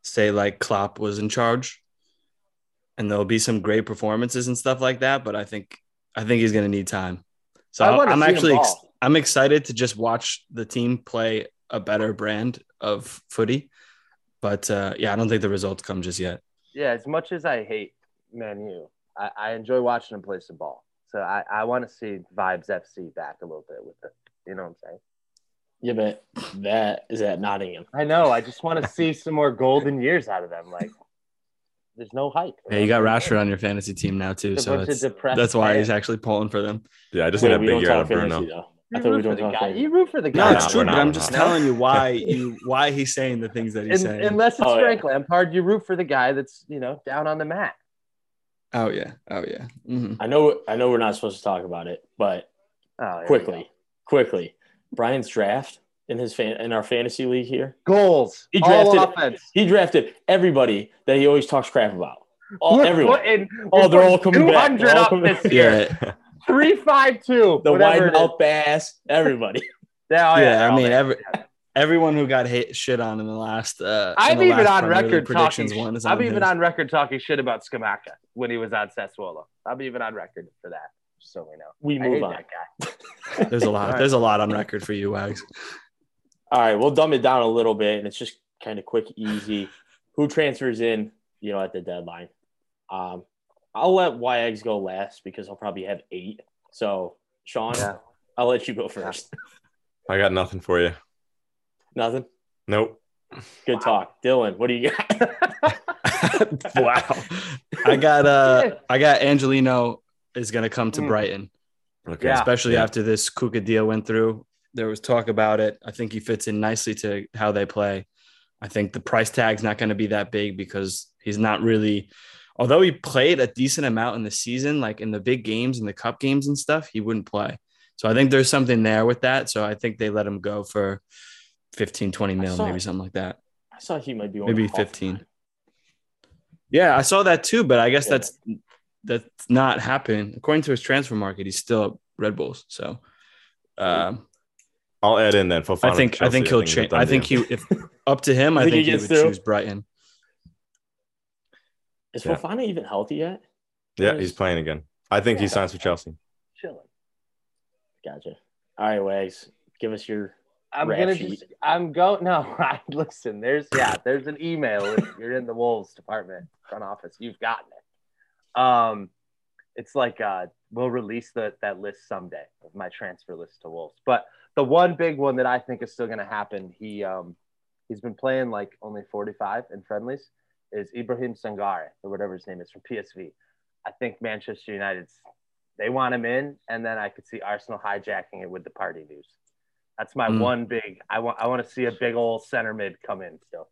[SPEAKER 6] say like Klopp was in charge, and there'll be some great performances and stuff like that. But I think I think he's going to need time. So
[SPEAKER 7] I
[SPEAKER 6] I
[SPEAKER 7] wanna
[SPEAKER 6] am
[SPEAKER 7] see him
[SPEAKER 6] actually ex-
[SPEAKER 7] ball.
[SPEAKER 6] I'm excited to just watch the team play a better brand of footy. But uh, yeah, I don't think the results come just yet.
[SPEAKER 7] Yeah, as much as I hate Man U, I, I enjoy watching them play some ball. So I, I want to see Vibes FC back a little bit with it. You know what I'm saying?
[SPEAKER 5] Yeah, but that is at Nottingham.
[SPEAKER 7] I know. I just want to see some more golden years out of them. Like, there's no hype.
[SPEAKER 6] Hey, you got Rashford on your fantasy team now too,
[SPEAKER 7] It's a
[SPEAKER 6] so
[SPEAKER 7] bunch of
[SPEAKER 6] it's,
[SPEAKER 7] depressed.
[SPEAKER 6] that's why he's
[SPEAKER 7] fans.
[SPEAKER 6] actually pulling for them.
[SPEAKER 1] Yeah, I just
[SPEAKER 5] Wait,
[SPEAKER 1] need a
[SPEAKER 5] we don't
[SPEAKER 1] big year out
[SPEAKER 5] talk
[SPEAKER 1] of
[SPEAKER 5] fantasy,
[SPEAKER 1] Bruno.
[SPEAKER 5] though. I
[SPEAKER 7] You
[SPEAKER 5] thought we
[SPEAKER 7] root for
[SPEAKER 5] don't
[SPEAKER 7] the
[SPEAKER 5] talk
[SPEAKER 7] guy.
[SPEAKER 5] fantasy.
[SPEAKER 7] You root for the
[SPEAKER 6] No,
[SPEAKER 7] guy.
[SPEAKER 1] We're
[SPEAKER 6] it's
[SPEAKER 1] not,
[SPEAKER 6] true,
[SPEAKER 1] we're
[SPEAKER 6] but
[SPEAKER 1] not,
[SPEAKER 6] I'm
[SPEAKER 1] we're
[SPEAKER 6] just
[SPEAKER 1] not.
[SPEAKER 6] telling you why you why he's saying the things that he's
[SPEAKER 7] Un-
[SPEAKER 6] saying.
[SPEAKER 7] unless it's
[SPEAKER 5] Oh, yeah.
[SPEAKER 7] Frank Lampard, you root for the guy that's you know down on the mat.
[SPEAKER 6] oh yeah, oh yeah. Mhm.
[SPEAKER 5] I know I know we're not supposed to talk about it, but
[SPEAKER 7] Oh, there we
[SPEAKER 5] quickly, quickly. Brian's draft in his fan in our fantasy league here.
[SPEAKER 7] go. goals,
[SPEAKER 5] He
[SPEAKER 7] all
[SPEAKER 5] drafted-
[SPEAKER 7] offense.
[SPEAKER 5] He drafted everybody that he always talks crap about. All
[SPEAKER 7] We're
[SPEAKER 5] everyone.
[SPEAKER 7] putting-
[SPEAKER 5] Oh, they're all
[SPEAKER 7] we're
[SPEAKER 5] coming back.
[SPEAKER 7] 200
[SPEAKER 5] They're all
[SPEAKER 7] up
[SPEAKER 5] coming
[SPEAKER 7] this
[SPEAKER 5] back.
[SPEAKER 7] year.
[SPEAKER 6] Yeah,
[SPEAKER 7] Three five two.
[SPEAKER 5] The
[SPEAKER 7] whatever
[SPEAKER 5] wide
[SPEAKER 7] it is.
[SPEAKER 5] mouth bass, everybody.
[SPEAKER 7] Yeah, oh, yeah,
[SPEAKER 6] yeah.
[SPEAKER 7] they're
[SPEAKER 6] I
[SPEAKER 7] all
[SPEAKER 6] mean,
[SPEAKER 7] there.
[SPEAKER 6] every, everyone who got hit shit on in the last. Uh, in
[SPEAKER 7] I'm
[SPEAKER 6] the
[SPEAKER 7] even
[SPEAKER 6] last
[SPEAKER 7] on
[SPEAKER 6] Premier League
[SPEAKER 7] record talking.
[SPEAKER 6] predictions one is
[SPEAKER 7] I'm
[SPEAKER 6] on
[SPEAKER 7] even
[SPEAKER 6] his.
[SPEAKER 7] on record talking shit about Skamaka when he was on Sassuolo. I'm even on record for that. Just so we know.
[SPEAKER 5] We
[SPEAKER 7] I
[SPEAKER 5] move
[SPEAKER 7] hate
[SPEAKER 5] on.
[SPEAKER 7] that guy.
[SPEAKER 6] There's a lot. There's a lot on record for you, Wags.
[SPEAKER 5] All right, we'll dumb it down a little bit, and it's just kind of quick, easy. Who transfers in, you know, at the deadline? Um, I'll let YX go last because I'll probably have eight. So, Sean,
[SPEAKER 7] Yeah.
[SPEAKER 5] I'll let you go first.
[SPEAKER 1] I got nothing for you.
[SPEAKER 5] Nothing.
[SPEAKER 1] Nope.
[SPEAKER 5] Good talk, Dylan. What do you got?
[SPEAKER 6] wow. I got uh, I got Angelino is gonna come to
[SPEAKER 7] Mm.
[SPEAKER 6] Brighton.
[SPEAKER 1] Okay.
[SPEAKER 7] Yeah.
[SPEAKER 6] especially after this Kuka deal went through. There was talk about it. I think he fits in nicely to how they play. I think the price tag's not going to be that big because he's not really, although he played a decent amount in the season, like in the big games and the cup games and stuff, he wouldn't play. So I think there's something there with that. So I think they let him go for 15, 20
[SPEAKER 5] I
[SPEAKER 6] mil,
[SPEAKER 5] saw
[SPEAKER 6] maybe
[SPEAKER 5] it.
[SPEAKER 6] something like that.
[SPEAKER 5] I saw he might be on
[SPEAKER 6] Maybe
[SPEAKER 5] the Hoffenheim.
[SPEAKER 6] 15. Yeah, I saw that too, but I guess
[SPEAKER 5] Yeah.
[SPEAKER 6] that's that's not happening. According to his transfer market, he's still at Red Bulls. So um,
[SPEAKER 1] I'll add in then. Fofana
[SPEAKER 6] I
[SPEAKER 1] to
[SPEAKER 6] think I
[SPEAKER 1] Chelsea,
[SPEAKER 6] think he'll
[SPEAKER 1] it's a
[SPEAKER 6] change.
[SPEAKER 1] done
[SPEAKER 6] I think he
[SPEAKER 1] deal.
[SPEAKER 6] if up to him, I
[SPEAKER 5] Think
[SPEAKER 6] think,
[SPEAKER 5] he
[SPEAKER 6] he,
[SPEAKER 5] gets
[SPEAKER 6] would
[SPEAKER 5] through?
[SPEAKER 6] choose Brighton.
[SPEAKER 5] Is
[SPEAKER 1] Yeah.
[SPEAKER 5] Fofana even healthy yet?
[SPEAKER 1] Yeah, he's playing again. I think he signs for Chelsea.
[SPEAKER 7] Chilling.
[SPEAKER 5] Gotcha. All right, Wags, give us your.
[SPEAKER 7] I'm
[SPEAKER 5] Rap
[SPEAKER 7] gonna
[SPEAKER 5] sheet.
[SPEAKER 7] just. I'm go. No, I, listen. There's yeah. There's an email. If you're in the Wolves department front office, you've gotten it. Um, it's like uh, we'll release the, that list someday of my transfer list to Wolves. But the one big one that I think is still gonna happen. He um, he's been playing like only 45 in friendlies. Is Ibrahim Sangare or whatever his name is from PSV. I think Manchester United's they want him in, and then I could see Arsenal hijacking it with the party news. That's my
[SPEAKER 6] Hmm.
[SPEAKER 7] one big. I want. I want to see a big old center mid come in still.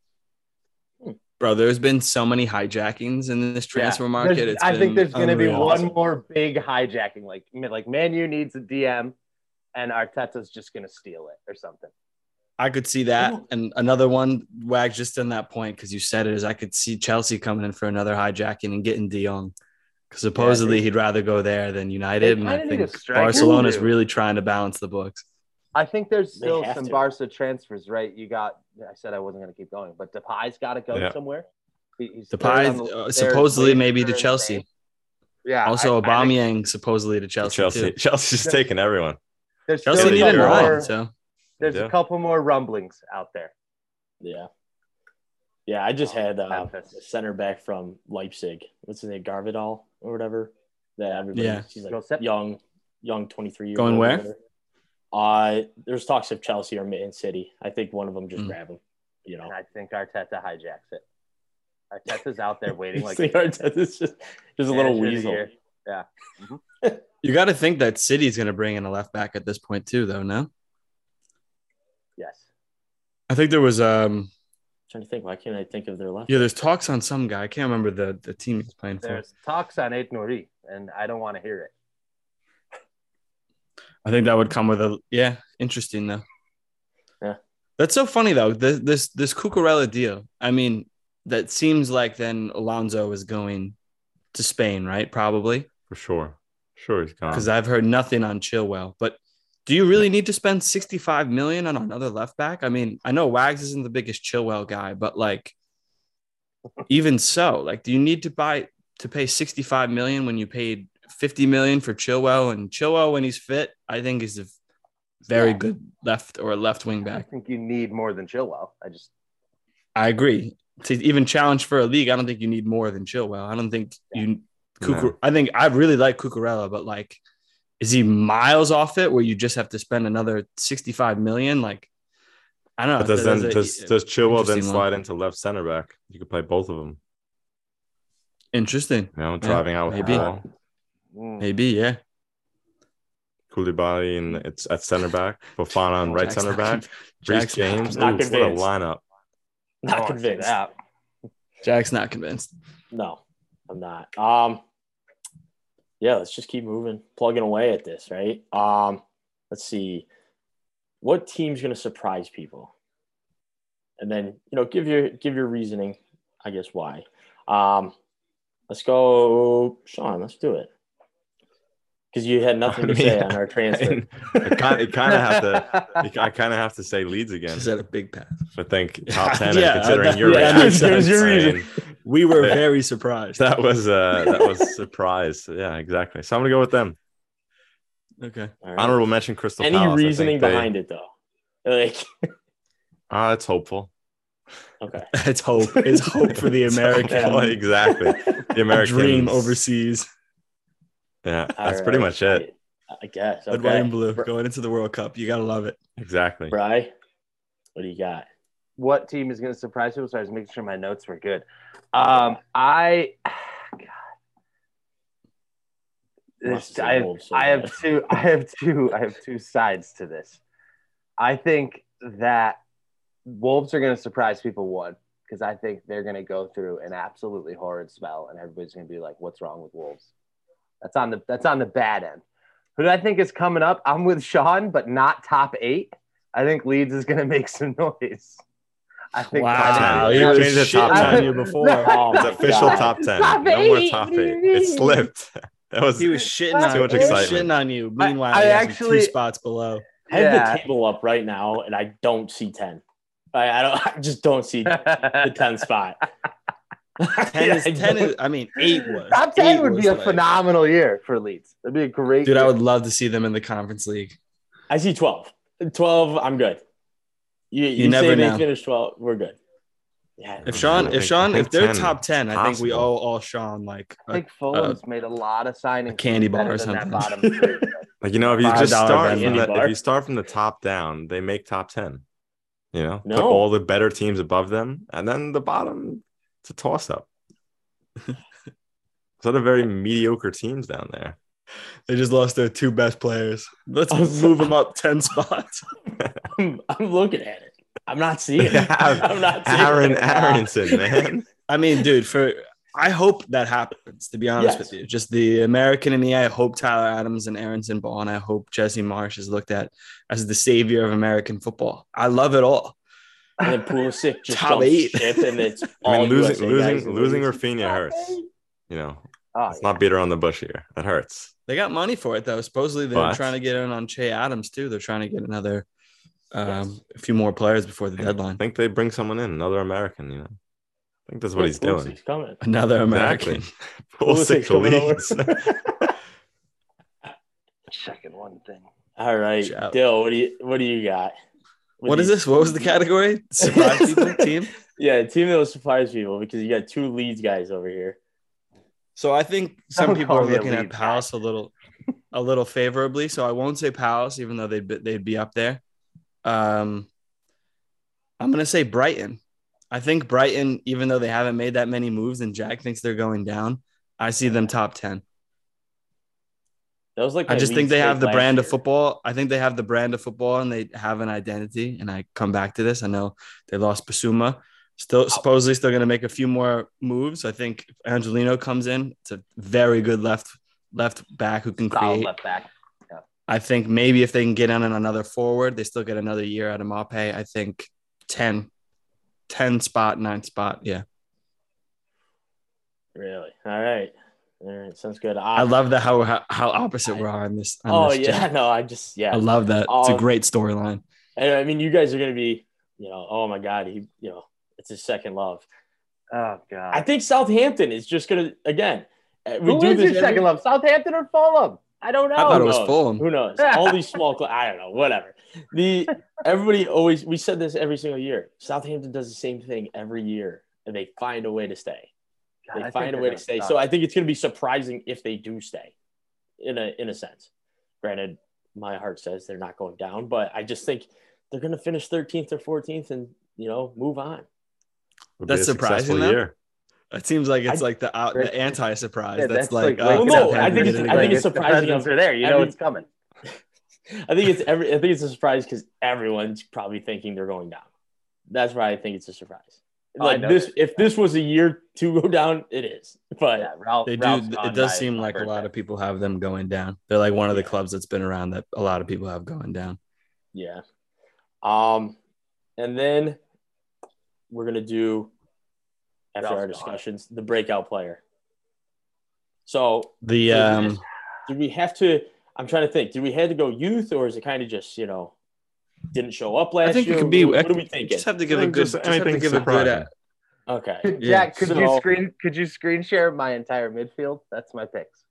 [SPEAKER 6] Bro, there's been so many hijackings in this transfer
[SPEAKER 7] Yeah.
[SPEAKER 6] market.
[SPEAKER 7] There's-
[SPEAKER 6] It's
[SPEAKER 7] I
[SPEAKER 6] been
[SPEAKER 7] think there's going to be
[SPEAKER 6] unreal.
[SPEAKER 7] one more big hijacking. Like, I mean, like Manu needs a DM. and Arteta's just going to steal it or something.
[SPEAKER 6] I could see that. And another one, Wag, just on that point, because you said it, is I could see Chelsea coming in for another hijacking and getting De Jong. Because supposedly he'd rather go there than United.
[SPEAKER 7] They
[SPEAKER 6] And I
[SPEAKER 7] kinda need
[SPEAKER 6] think
[SPEAKER 7] a striker,
[SPEAKER 6] Barcelona's
[SPEAKER 7] too.
[SPEAKER 6] really trying to balance the books.
[SPEAKER 7] I think there's
[SPEAKER 5] They
[SPEAKER 7] still
[SPEAKER 5] have
[SPEAKER 7] some
[SPEAKER 5] to.
[SPEAKER 7] Barca transfers, right? You got. I said I wasn't going to keep going, but Depay's got to go
[SPEAKER 1] Yeah.
[SPEAKER 7] somewhere. He- he's
[SPEAKER 6] The
[SPEAKER 7] third
[SPEAKER 6] pie,
[SPEAKER 7] on the-
[SPEAKER 6] uh,
[SPEAKER 7] third
[SPEAKER 6] supposedly
[SPEAKER 7] place
[SPEAKER 6] maybe
[SPEAKER 7] for
[SPEAKER 6] to
[SPEAKER 7] in
[SPEAKER 6] Chelsea.
[SPEAKER 7] Spain. Yeah.
[SPEAKER 6] Also,
[SPEAKER 7] I- I think
[SPEAKER 6] Aubameyang supposedly to Chelsea.
[SPEAKER 1] Chelsea.
[SPEAKER 6] too.
[SPEAKER 1] Chelsea's just taking everyone.
[SPEAKER 7] There's still
[SPEAKER 6] Chelsea
[SPEAKER 1] Chelsea
[SPEAKER 7] a
[SPEAKER 6] needed
[SPEAKER 1] needed
[SPEAKER 7] couple
[SPEAKER 1] Ryan,
[SPEAKER 7] more-
[SPEAKER 6] nine. So
[SPEAKER 7] There's
[SPEAKER 1] Yeah.
[SPEAKER 7] a couple more rumblings out there.
[SPEAKER 5] Yeah. Yeah, I just
[SPEAKER 7] Oh,
[SPEAKER 5] had uh,
[SPEAKER 7] Memphis.
[SPEAKER 5] a center back from Leipzig. What's his name? Garvidal or whatever. That everybody
[SPEAKER 6] Yeah.
[SPEAKER 5] she's like
[SPEAKER 7] Josep?
[SPEAKER 5] young, young 23 years
[SPEAKER 6] Going
[SPEAKER 5] old,
[SPEAKER 6] where?
[SPEAKER 5] whatever. Uh there's talks of Chelsea or Man City. I think one of them just
[SPEAKER 6] Mm.
[SPEAKER 5] grab him, you know.
[SPEAKER 7] And I think Arteta hijacks it. Arteta's out there waiting
[SPEAKER 5] You
[SPEAKER 7] like
[SPEAKER 5] see Arteta's just, just a little
[SPEAKER 7] Manager of the
[SPEAKER 5] weasel.
[SPEAKER 7] year.
[SPEAKER 6] you got to think that City's going to bring in a left back at this point, too, though, no?
[SPEAKER 7] yes.
[SPEAKER 6] I think there was um
[SPEAKER 5] trying to think, why can't I think of their left?
[SPEAKER 6] yeah, there's talks on some guy. I can't remember the, the team he's playing for.
[SPEAKER 7] There's talks on Eight Nori, and I don't want to hear it.
[SPEAKER 6] I think that would come with a yeah, interesting though.
[SPEAKER 5] Yeah.
[SPEAKER 6] That's so funny though. This this this Cucurella deal. I mean, that seems like then Alonso is going to Spain, right? Probably.
[SPEAKER 1] For sure. Sure he's gone.
[SPEAKER 6] Because I've heard nothing on Chilwell. But do you really need to spend 65 million on another left back? I mean, I know Wags isn't the biggest Chilwell guy, but like even so, like do you need to buy to pay 65 million when you paid 50 million for Chilwell and Chilwell when he's fit, I think is a very
[SPEAKER 5] Yeah.
[SPEAKER 6] good left or left wing
[SPEAKER 7] I
[SPEAKER 6] back.
[SPEAKER 7] think you need more than Chilwell. I just
[SPEAKER 6] I agree. To even challenge for a league, I don't think you need more than Chilwell. I don't think you. Cucu-
[SPEAKER 1] No.
[SPEAKER 6] I think I really like Cucurella, but like, is he miles off it? Where you just have to spend another sixty-five million? Like, I don't know.
[SPEAKER 1] but does
[SPEAKER 6] uh, There's
[SPEAKER 1] then
[SPEAKER 6] a- e,
[SPEAKER 1] does, does Chilwell then
[SPEAKER 6] interesting one.
[SPEAKER 1] slide into left center back? You could play both of them.
[SPEAKER 6] interesting?
[SPEAKER 1] You know, driving out with
[SPEAKER 6] maybe.
[SPEAKER 1] the ball.
[SPEAKER 7] mm,
[SPEAKER 6] Maybe yeah.
[SPEAKER 1] Koulibaly and it's at center back. Fofana on right
[SPEAKER 6] Jack's
[SPEAKER 1] center
[SPEAKER 6] not
[SPEAKER 1] back.
[SPEAKER 6] con-
[SPEAKER 1] Reece
[SPEAKER 6] Jack's not-
[SPEAKER 1] James.
[SPEAKER 5] not
[SPEAKER 1] Ooh, what a
[SPEAKER 5] convinced.
[SPEAKER 1] lineup.
[SPEAKER 5] Not
[SPEAKER 7] Oh, I don't wanna see
[SPEAKER 5] convinced.
[SPEAKER 7] that.
[SPEAKER 6] Jack's not convinced.
[SPEAKER 5] No, I'm not. Um, yeah, let's just keep moving, plugging away at this, right? Um, let's see, what team's going to surprise people, and then you know, give your give your reasoning, I guess why. Um, let's go, Sean. Let's do it because you had nothing to
[SPEAKER 1] I
[SPEAKER 5] say
[SPEAKER 1] mean,
[SPEAKER 5] on our transfer.
[SPEAKER 1] And I kind of have to. I kind of have to say Leeds again.
[SPEAKER 6] She's at a big pass.
[SPEAKER 1] I think
[SPEAKER 6] Yeah.
[SPEAKER 1] top ten, and
[SPEAKER 6] Yeah,
[SPEAKER 1] considering
[SPEAKER 6] that-
[SPEAKER 1] your
[SPEAKER 6] yeah, that
[SPEAKER 1] reaction,
[SPEAKER 6] makes sense.
[SPEAKER 1] I mean,
[SPEAKER 6] Your We were
[SPEAKER 1] Yeah.
[SPEAKER 6] very surprised.
[SPEAKER 1] that was uh, that was surprise. Yeah, exactly. So I'm gonna go with them.
[SPEAKER 6] Okay.
[SPEAKER 5] All right.
[SPEAKER 1] Honorable mention, Crystal
[SPEAKER 5] Any
[SPEAKER 1] Palace. I think
[SPEAKER 5] reasoning
[SPEAKER 1] they-
[SPEAKER 5] behind it though? Like,
[SPEAKER 1] Ah, it's hopeful.
[SPEAKER 5] okay,
[SPEAKER 6] It's hope. It's hope for the
[SPEAKER 1] It's hopeful,
[SPEAKER 6] American
[SPEAKER 1] exactly. The American
[SPEAKER 6] dream overseas.
[SPEAKER 1] Yeah,
[SPEAKER 5] All
[SPEAKER 1] that's pretty
[SPEAKER 5] right.
[SPEAKER 1] much it.
[SPEAKER 5] I guess.
[SPEAKER 6] Red, white, and
[SPEAKER 5] Okay.
[SPEAKER 6] blue going into the World Cup. You gotta love it.
[SPEAKER 1] Exactly.
[SPEAKER 5] Bry, what do you got?
[SPEAKER 7] What team is going to surprise people? So I was making sure my notes were good. Um, I, God,
[SPEAKER 5] Must
[SPEAKER 7] this,
[SPEAKER 5] have
[SPEAKER 7] I, have,
[SPEAKER 5] rolled so
[SPEAKER 7] I
[SPEAKER 5] bad.
[SPEAKER 7] have two. I have two. I have two sides to this. I think that Wolves are going to surprise people. One, because I think they're going to go through an absolutely horrid spell, and everybody's going to be like, "What's wrong with Wolves?" That's on the that's on the bad end. Who do I think is coming up? I'm with Sean, but not top eight. I think Leeds is going to make some noise. I think.
[SPEAKER 1] Wow,
[SPEAKER 7] I
[SPEAKER 1] you
[SPEAKER 7] think-
[SPEAKER 1] were changed the top
[SPEAKER 7] ten.
[SPEAKER 6] you before.
[SPEAKER 5] Oh
[SPEAKER 1] It's
[SPEAKER 5] my
[SPEAKER 1] official
[SPEAKER 5] God.
[SPEAKER 1] top ten.
[SPEAKER 7] Top
[SPEAKER 1] no more
[SPEAKER 7] eight.
[SPEAKER 1] top
[SPEAKER 7] What do
[SPEAKER 1] eight.
[SPEAKER 7] you mean?
[SPEAKER 1] It slipped. That was
[SPEAKER 6] He was shitting on
[SPEAKER 1] Too much
[SPEAKER 6] he was
[SPEAKER 1] excitement.
[SPEAKER 6] shitting on you. Meanwhile,
[SPEAKER 7] I
[SPEAKER 6] he has you
[SPEAKER 7] actually-
[SPEAKER 6] two spots below.
[SPEAKER 5] I have
[SPEAKER 7] Yeah.
[SPEAKER 5] the table up right now, and I don't see ten. I, I don't. I just don't see the ten spot.
[SPEAKER 6] Ten is
[SPEAKER 5] I
[SPEAKER 6] ten.
[SPEAKER 5] don't-
[SPEAKER 6] Is, I mean, eight was.
[SPEAKER 7] Top
[SPEAKER 6] Eight
[SPEAKER 7] ten would be
[SPEAKER 6] was
[SPEAKER 7] a
[SPEAKER 6] like-
[SPEAKER 7] phenomenal year for Leeds. It'd be a great.
[SPEAKER 6] Dude, I
[SPEAKER 7] year.
[SPEAKER 6] would love to see them in the Conference League.
[SPEAKER 5] I see twelve. Twelve. I'm good. You, you,
[SPEAKER 6] never
[SPEAKER 5] say they
[SPEAKER 6] know.
[SPEAKER 5] finish twelve. We're good. Yeah.
[SPEAKER 6] If Sean,
[SPEAKER 1] I
[SPEAKER 6] if
[SPEAKER 1] think-
[SPEAKER 6] Sean,
[SPEAKER 1] I think
[SPEAKER 6] if they're
[SPEAKER 1] 10.
[SPEAKER 6] top ten, I think we
[SPEAKER 1] Possible.
[SPEAKER 6] owe all Sean like uh,
[SPEAKER 7] I
[SPEAKER 6] a
[SPEAKER 7] think Fulham's made a lot of signings.
[SPEAKER 6] candy bar
[SPEAKER 7] better
[SPEAKER 6] or
[SPEAKER 7] than that
[SPEAKER 6] something.
[SPEAKER 7] bottom three.
[SPEAKER 1] like you know if you
[SPEAKER 6] Five
[SPEAKER 1] just
[SPEAKER 6] dollar
[SPEAKER 1] start
[SPEAKER 6] value
[SPEAKER 1] from the,
[SPEAKER 5] bar.
[SPEAKER 1] if you start from the top down, they make top ten. You know,
[SPEAKER 5] No.
[SPEAKER 1] put all the better teams above them, and then the bottom, it's a toss up. so they're very mediocre teams down there.
[SPEAKER 6] They just lost their two best players. Let's
[SPEAKER 5] I was-
[SPEAKER 6] move them up ten spots.
[SPEAKER 5] I'm, I'm looking at it. I'm not seeing it. I'm not seeing
[SPEAKER 1] Aaron
[SPEAKER 5] it.
[SPEAKER 1] Aronson, man.
[SPEAKER 6] I mean, dude, for I hope that happens, to be honest
[SPEAKER 5] Yes.
[SPEAKER 6] with you. Just the American in me, I hope Tyler Adams and Aronson Ball, and I hope Jesse Marsh is looked at as the savior of American football. I love it all.
[SPEAKER 5] And then Pulisic just
[SPEAKER 6] Top
[SPEAKER 5] jumps
[SPEAKER 6] eight.
[SPEAKER 5] ship, and it's
[SPEAKER 1] I
[SPEAKER 5] all
[SPEAKER 1] mean, losing,
[SPEAKER 5] USA
[SPEAKER 1] losing,
[SPEAKER 5] guys.
[SPEAKER 1] losing Rafinha hurts. You know,
[SPEAKER 7] Oh,
[SPEAKER 1] let's not beat around the bush here. That hurts.
[SPEAKER 6] They got money for it, though. Supposedly they're
[SPEAKER 1] But-
[SPEAKER 6] trying to get in on Che Adams, too. They're trying to get another, um, a few more players before the
[SPEAKER 1] I
[SPEAKER 6] deadline.
[SPEAKER 1] think they bring someone in, another American. You know, I think that's what he's
[SPEAKER 5] Pulisic's
[SPEAKER 1] doing.
[SPEAKER 5] coming.
[SPEAKER 6] Another American.
[SPEAKER 1] Pulisic
[SPEAKER 5] Pulisic's coming over.
[SPEAKER 1] leaves.
[SPEAKER 7] checking one thing.
[SPEAKER 5] All right,
[SPEAKER 6] Shout.
[SPEAKER 5] Dill, what do you what do you got?
[SPEAKER 6] What is
[SPEAKER 5] do you-
[SPEAKER 6] this? What was the category? Surprise people team?
[SPEAKER 5] Yeah, a team that will surprise people because you got two leads guys over here.
[SPEAKER 6] So I think some
[SPEAKER 7] Don't
[SPEAKER 6] people
[SPEAKER 7] call
[SPEAKER 6] are
[SPEAKER 7] me a
[SPEAKER 6] looking at
[SPEAKER 7] lead back.
[SPEAKER 6] Palace a little, a little favorably. So I won't say Palace, even though they'd be, they'd be up there. Um, I'm gonna say Brighton. I think Brighton, even though they haven't made that many moves, and Jack thinks they're going down. I see them top ten.
[SPEAKER 5] That was like
[SPEAKER 6] I
[SPEAKER 5] my
[SPEAKER 6] just
[SPEAKER 5] lead
[SPEAKER 6] think they
[SPEAKER 5] pick
[SPEAKER 6] have the
[SPEAKER 5] last
[SPEAKER 6] brand of
[SPEAKER 5] year.
[SPEAKER 6] football. I think they have the brand of football and they have an identity. And I come back to this. I know they lost Basuma.
[SPEAKER 5] Oh.
[SPEAKER 6] Still supposedly still going to make a few more moves. I think Angelino comes in. It's a very good left left back who can
[SPEAKER 7] Solid
[SPEAKER 6] create.
[SPEAKER 7] left back.
[SPEAKER 6] I think maybe if they can get on another forward, they still get another year out of Mape. I think 10, 10 spot, nine spot. Yeah.
[SPEAKER 5] Really? All right. All right. Sounds good.
[SPEAKER 6] I love that how how, how opposite we are on this. on
[SPEAKER 5] Oh
[SPEAKER 6] this,
[SPEAKER 5] yeah,
[SPEAKER 6] Jack.
[SPEAKER 5] no, I just yeah.
[SPEAKER 6] I love that. It's a
[SPEAKER 5] Um,
[SPEAKER 6] great storyline.
[SPEAKER 5] and I mean, you guys are gonna be, you know, oh my god, he, you know, it's his second love.
[SPEAKER 7] Oh God.
[SPEAKER 5] I think Southampton is just gonna again. uh, We
[SPEAKER 7] Who
[SPEAKER 5] do
[SPEAKER 7] is
[SPEAKER 5] this
[SPEAKER 7] your
[SPEAKER 5] every-
[SPEAKER 7] second love? Southampton or Fulham? I don't know.
[SPEAKER 6] I thought it
[SPEAKER 5] Who
[SPEAKER 6] was
[SPEAKER 5] knows?
[SPEAKER 6] Fulham.
[SPEAKER 5] Oh, Who knows? All these small, cl- I don't know. Whatever. The everybody always we said this every single year. Southampton does the same thing every year, and they find a way to stay.
[SPEAKER 7] God, I
[SPEAKER 5] They
[SPEAKER 7] think
[SPEAKER 5] find a
[SPEAKER 7] they're
[SPEAKER 5] way to
[SPEAKER 7] gonna
[SPEAKER 5] stay.
[SPEAKER 7] suck.
[SPEAKER 5] So I think it's going to be surprising if they do stay, in a in a sense. Granted, my heart says they're not going down, but I just think they're going to finish 13th or 14th, and you know, move on.
[SPEAKER 1] Would
[SPEAKER 6] That's
[SPEAKER 1] be a
[SPEAKER 6] surprising,
[SPEAKER 1] successful
[SPEAKER 6] though.
[SPEAKER 1] year.
[SPEAKER 6] It seems like it's
[SPEAKER 5] I-
[SPEAKER 6] like the out,
[SPEAKER 7] Right.
[SPEAKER 6] the anti surprise.
[SPEAKER 7] Yeah,
[SPEAKER 6] that's,
[SPEAKER 7] that's
[SPEAKER 6] like,
[SPEAKER 7] like-
[SPEAKER 6] oh,
[SPEAKER 5] Well,
[SPEAKER 6] it's
[SPEAKER 5] no, I think
[SPEAKER 6] happening
[SPEAKER 5] it's-
[SPEAKER 6] again.
[SPEAKER 5] I think it's
[SPEAKER 7] the
[SPEAKER 5] surprising
[SPEAKER 7] presents
[SPEAKER 5] of
[SPEAKER 7] are there. You know
[SPEAKER 5] every-
[SPEAKER 7] it's coming.
[SPEAKER 5] I think it's every. I think it's a surprise because everyone's probably thinking they're going down. That's why I think it's a surprise.
[SPEAKER 7] Oh, I
[SPEAKER 5] Like
[SPEAKER 7] know
[SPEAKER 5] this,
[SPEAKER 7] that.
[SPEAKER 5] if this was a year to go down, it is. But
[SPEAKER 7] Yeah, Ralph,
[SPEAKER 6] they do.
[SPEAKER 7] Ralph's
[SPEAKER 6] It
[SPEAKER 7] gone
[SPEAKER 6] does
[SPEAKER 7] by
[SPEAKER 6] seem
[SPEAKER 7] my
[SPEAKER 6] like a lot
[SPEAKER 7] birthday.
[SPEAKER 6] of people have them going down. They're like one of the clubs that's been around that a lot of people have going down.
[SPEAKER 5] yeah. Um, and then we're gonna do after
[SPEAKER 7] Ralph's
[SPEAKER 5] our
[SPEAKER 7] gone.
[SPEAKER 5] discussions the breakout player. So
[SPEAKER 6] The um,
[SPEAKER 5] do we have to? I'm trying to think. Do we have to go youth, or is it kind of just you know didn't show up last
[SPEAKER 6] I think
[SPEAKER 5] year?
[SPEAKER 6] it could be.
[SPEAKER 5] What,
[SPEAKER 6] I
[SPEAKER 5] what are we thinking?
[SPEAKER 6] Just have to give
[SPEAKER 1] I
[SPEAKER 6] a
[SPEAKER 1] think
[SPEAKER 6] good.
[SPEAKER 1] just
[SPEAKER 6] Just, have to
[SPEAKER 1] anything
[SPEAKER 6] give a good.
[SPEAKER 1] surprising.
[SPEAKER 5] okay.
[SPEAKER 6] Yeah,
[SPEAKER 7] Jack, could
[SPEAKER 5] so-
[SPEAKER 7] you screen? Could you screen share my entire midfield? That's my picks.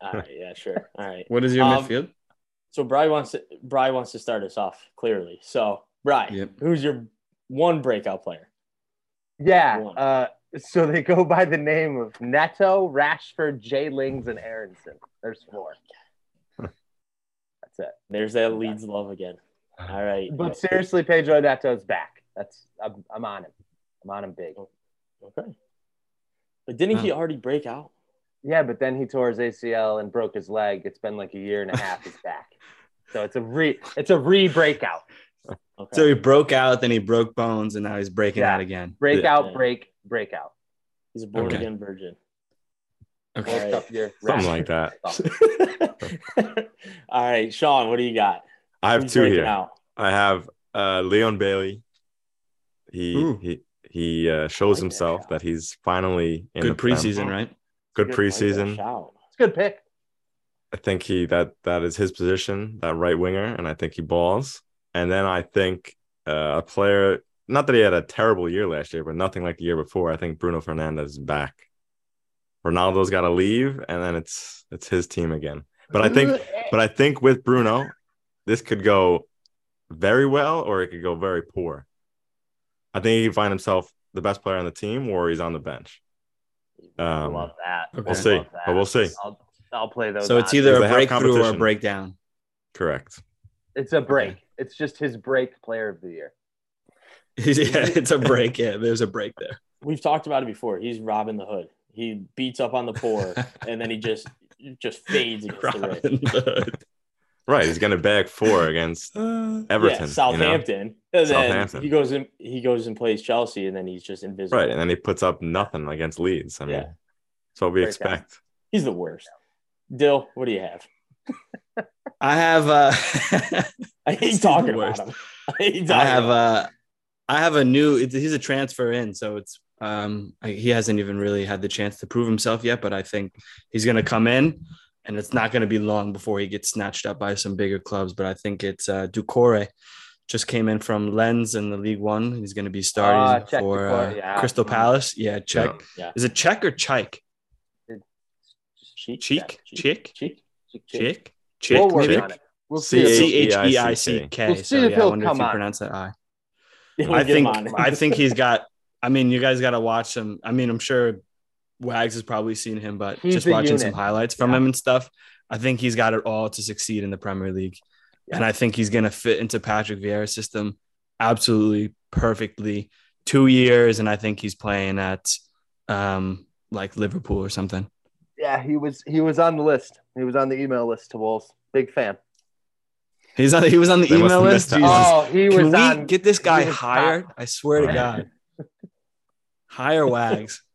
[SPEAKER 5] All right. Yeah. Sure. All right.
[SPEAKER 6] What is your
[SPEAKER 5] Um,
[SPEAKER 6] midfield?
[SPEAKER 5] So Bry wants to, Bry wants to start us off clearly. So Bry,
[SPEAKER 6] Yep.
[SPEAKER 5] who's your one breakout player?
[SPEAKER 7] Yeah.
[SPEAKER 5] One.
[SPEAKER 7] Uh, so they go by the name of Neto, Rashford, Jay Lings, and Aronson. There's four. That's it.
[SPEAKER 5] There's that Leeds love again. All right.
[SPEAKER 7] But seriously, Pedro Neto's back. That's I'm, I'm on him. I'm on him big.
[SPEAKER 6] Oh.
[SPEAKER 5] okay. But didn't he already break out?
[SPEAKER 7] Yeah, but then he tore his ACL and broke his leg. It's been like a year and a half. He's back. So it's a re it's a re breakout.
[SPEAKER 5] Okay.
[SPEAKER 6] So he broke out, then he broke bones, and now he's breaking
[SPEAKER 7] Yeah.
[SPEAKER 6] out again.
[SPEAKER 7] Breakout,
[SPEAKER 5] Yeah.
[SPEAKER 7] break, breakout.
[SPEAKER 5] He's a born
[SPEAKER 6] Okay.
[SPEAKER 5] again virgin.
[SPEAKER 6] Okay.
[SPEAKER 5] All right.
[SPEAKER 7] World Cup year.
[SPEAKER 1] Something like that.
[SPEAKER 5] All right, Sean, what do you got?
[SPEAKER 1] I have
[SPEAKER 5] Who's
[SPEAKER 1] two
[SPEAKER 5] breaking
[SPEAKER 1] here.
[SPEAKER 5] Out?
[SPEAKER 1] I have uh, Leon Bailey. He
[SPEAKER 6] Ooh.
[SPEAKER 1] he he uh, shows
[SPEAKER 5] that
[SPEAKER 1] himself
[SPEAKER 5] shout.
[SPEAKER 1] that he's finally in
[SPEAKER 6] Good
[SPEAKER 1] the prem.
[SPEAKER 6] preseason, right?
[SPEAKER 1] Good
[SPEAKER 5] Good
[SPEAKER 1] preseason.
[SPEAKER 5] Shout.
[SPEAKER 7] It's a good pick.
[SPEAKER 1] I think he that that is his position, that right winger, and I think he balls. And then I think uh, a player, not that he had a terrible year last year, but nothing like the year before. I think Bruno Fernandez is back. Ronaldo's got to leave, and then it's it's his team again. But I think, but I think with Bruno, this could go very well, or it could go very poor. I think he can find himself the best player on the team, or he's on the bench.
[SPEAKER 7] I
[SPEAKER 1] Um,
[SPEAKER 7] love that.
[SPEAKER 6] Okay.
[SPEAKER 1] We'll
[SPEAKER 7] I
[SPEAKER 1] see,
[SPEAKER 7] love that.
[SPEAKER 1] but we'll see.
[SPEAKER 7] I'll, I'll play those.
[SPEAKER 6] So it's
[SPEAKER 7] odds.
[SPEAKER 6] either
[SPEAKER 1] Because they
[SPEAKER 6] a
[SPEAKER 1] have
[SPEAKER 6] breakthrough or a
[SPEAKER 1] competition.
[SPEAKER 6] breakdown.
[SPEAKER 1] Correct.
[SPEAKER 7] it's a break. It's just his break player of the year.
[SPEAKER 6] yeah, it's a break. Yeah, there's a break there.
[SPEAKER 5] We've talked about it before. He's robbing the hood. He beats up on the poor, and then he just just fades against the rich.
[SPEAKER 6] Robin Hood.
[SPEAKER 1] Right, he's gonna bag four against
[SPEAKER 6] uh,
[SPEAKER 1] Everton. you
[SPEAKER 5] yeah,
[SPEAKER 1] know?
[SPEAKER 5] Southampton. And then
[SPEAKER 1] Southampton.
[SPEAKER 5] he goes in he goes and plays Chelsea and then he's just invisible.
[SPEAKER 1] Right, and then he puts up nothing against Leeds. I mean,
[SPEAKER 5] Yeah.
[SPEAKER 1] that's what we
[SPEAKER 7] Great guy.
[SPEAKER 1] expect.
[SPEAKER 5] He's the worst. Dill, what do you have?
[SPEAKER 6] I have uh,
[SPEAKER 5] I hate
[SPEAKER 6] He's
[SPEAKER 5] talking
[SPEAKER 6] the
[SPEAKER 5] about
[SPEAKER 6] worst.
[SPEAKER 5] him. I hate
[SPEAKER 6] I
[SPEAKER 5] talking
[SPEAKER 6] have
[SPEAKER 5] about him.
[SPEAKER 6] uh, I have a new. It's, he's a transfer in, so it's um, I, he hasn't even really had the chance to prove himself yet. But I think he's gonna come in, and it's not gonna be long before he gets snatched up by some bigger clubs. But I think it's uh, Ducore. Just came in from Lens in the League One. He's going to be starting
[SPEAKER 7] Ah, Czech
[SPEAKER 6] for
[SPEAKER 7] Ducore,
[SPEAKER 6] uh,
[SPEAKER 7] yeah.
[SPEAKER 6] Crystal Palace. Yeah, Czech.
[SPEAKER 5] Yeah.
[SPEAKER 6] Is it Czech or Chike?
[SPEAKER 5] Cheek.
[SPEAKER 6] Cheek? Cheek?
[SPEAKER 5] Cheek.
[SPEAKER 7] Chick.
[SPEAKER 6] Chick? Chick?
[SPEAKER 7] We'll work
[SPEAKER 6] maybe? E
[SPEAKER 7] on it. We'll see.
[SPEAKER 1] See
[SPEAKER 7] if-
[SPEAKER 1] you.
[SPEAKER 6] C-H-E-I-C-K.
[SPEAKER 7] We'll see
[SPEAKER 6] So
[SPEAKER 7] if
[SPEAKER 6] yeah, I
[SPEAKER 7] he'll
[SPEAKER 6] wonder if
[SPEAKER 7] come
[SPEAKER 6] you
[SPEAKER 7] on.
[SPEAKER 6] pronounce that I.
[SPEAKER 5] Yeah, we'll
[SPEAKER 6] I
[SPEAKER 5] get him
[SPEAKER 6] think
[SPEAKER 5] on it.
[SPEAKER 6] I think he's got. I mean, you guys got to watch him. I mean, I'm sure Wags has probably seen him, but
[SPEAKER 7] He's
[SPEAKER 6] just
[SPEAKER 7] a
[SPEAKER 6] watching
[SPEAKER 7] unit.
[SPEAKER 6] some highlights from him and stuff, I think he's got it all to succeed in the Premier League, and I think he's going to fit into Patrick Vieira's system absolutely perfectly. Two years, and I think he's playing at um like Liverpool or something.
[SPEAKER 7] Yeah, he was he was on the list. He was on the email list to Wolves. Big fan.
[SPEAKER 6] He's on. He was on the
[SPEAKER 1] They must
[SPEAKER 6] email
[SPEAKER 1] have
[SPEAKER 6] list.
[SPEAKER 1] missed that.
[SPEAKER 6] Jesus.
[SPEAKER 7] Oh, he
[SPEAKER 6] Can
[SPEAKER 7] was
[SPEAKER 6] we
[SPEAKER 7] on.
[SPEAKER 6] get this
[SPEAKER 7] he
[SPEAKER 6] guy
[SPEAKER 7] was top.
[SPEAKER 6] hired? I swear to
[SPEAKER 1] Right.
[SPEAKER 6] God. Hire Wags.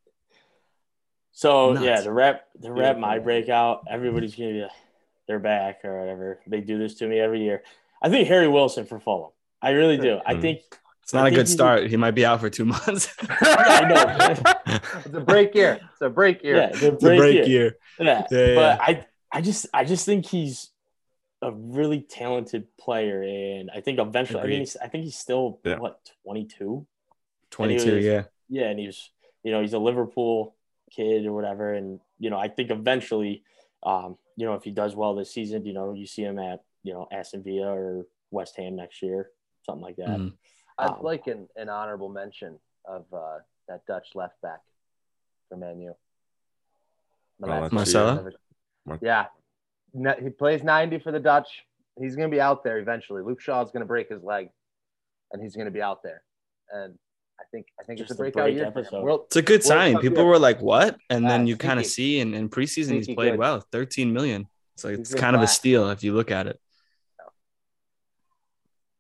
[SPEAKER 5] So
[SPEAKER 6] Nuts.
[SPEAKER 5] yeah, the rep the rep
[SPEAKER 7] Beautiful.
[SPEAKER 5] my breakout, everybody's gonna be like, they're back or whatever. They do this to me every year. I think Harry Wilson for Fulham. I really do. I
[SPEAKER 1] Mhm.
[SPEAKER 5] think
[SPEAKER 6] It's not
[SPEAKER 5] I
[SPEAKER 6] a
[SPEAKER 5] think
[SPEAKER 6] good
[SPEAKER 5] he's a-
[SPEAKER 6] start. He might be out for two months.
[SPEAKER 5] I know.
[SPEAKER 7] It's a break year. It's a break year.
[SPEAKER 5] yeah, the
[SPEAKER 6] It's a
[SPEAKER 5] break, year. Yeah.
[SPEAKER 6] Yeah,
[SPEAKER 5] but I I just I just think he's a really talented player, and I think eventually I, mean,
[SPEAKER 6] Agreed.
[SPEAKER 5] he's, I think he's still
[SPEAKER 1] Yeah.
[SPEAKER 5] what 22.
[SPEAKER 6] 22,
[SPEAKER 5] Anyways.
[SPEAKER 6] yeah.
[SPEAKER 5] Yeah, and he's you know he's a Liverpool kid or whatever, and you know I think eventually, um, you know if he does well this season, you know you see him at you know Aston Villa or West Ham next year, something like that.
[SPEAKER 6] Mhm.
[SPEAKER 7] I'd
[SPEAKER 5] Um,
[SPEAKER 7] like an, an honorable mention of uh, that Dutch left back for Manu.
[SPEAKER 1] Malacia.
[SPEAKER 6] Marcelo?
[SPEAKER 7] Yeah. Ne- he plays 90 for the Dutch. He's going to be out there eventually. Luke Shaw's going to break his leg, and he's going to be out there. And I think I think
[SPEAKER 5] Just
[SPEAKER 7] it's
[SPEAKER 5] the
[SPEAKER 7] a breakout
[SPEAKER 5] break
[SPEAKER 7] year. For
[SPEAKER 5] episode.
[SPEAKER 7] him. World,
[SPEAKER 6] It's a good
[SPEAKER 7] World
[SPEAKER 6] sign.
[SPEAKER 7] Cup,
[SPEAKER 6] People
[SPEAKER 7] yeah.
[SPEAKER 6] were like, what? And then
[SPEAKER 7] Yeah,
[SPEAKER 6] you kind of
[SPEAKER 7] sneaky.
[SPEAKER 6] see, and in preseason, he's
[SPEAKER 7] Sneaky
[SPEAKER 6] played
[SPEAKER 7] good.
[SPEAKER 6] well 13 million. It's like,
[SPEAKER 7] He's
[SPEAKER 6] it's
[SPEAKER 7] been
[SPEAKER 6] kind of a
[SPEAKER 7] black.
[SPEAKER 6] steal if you look at it.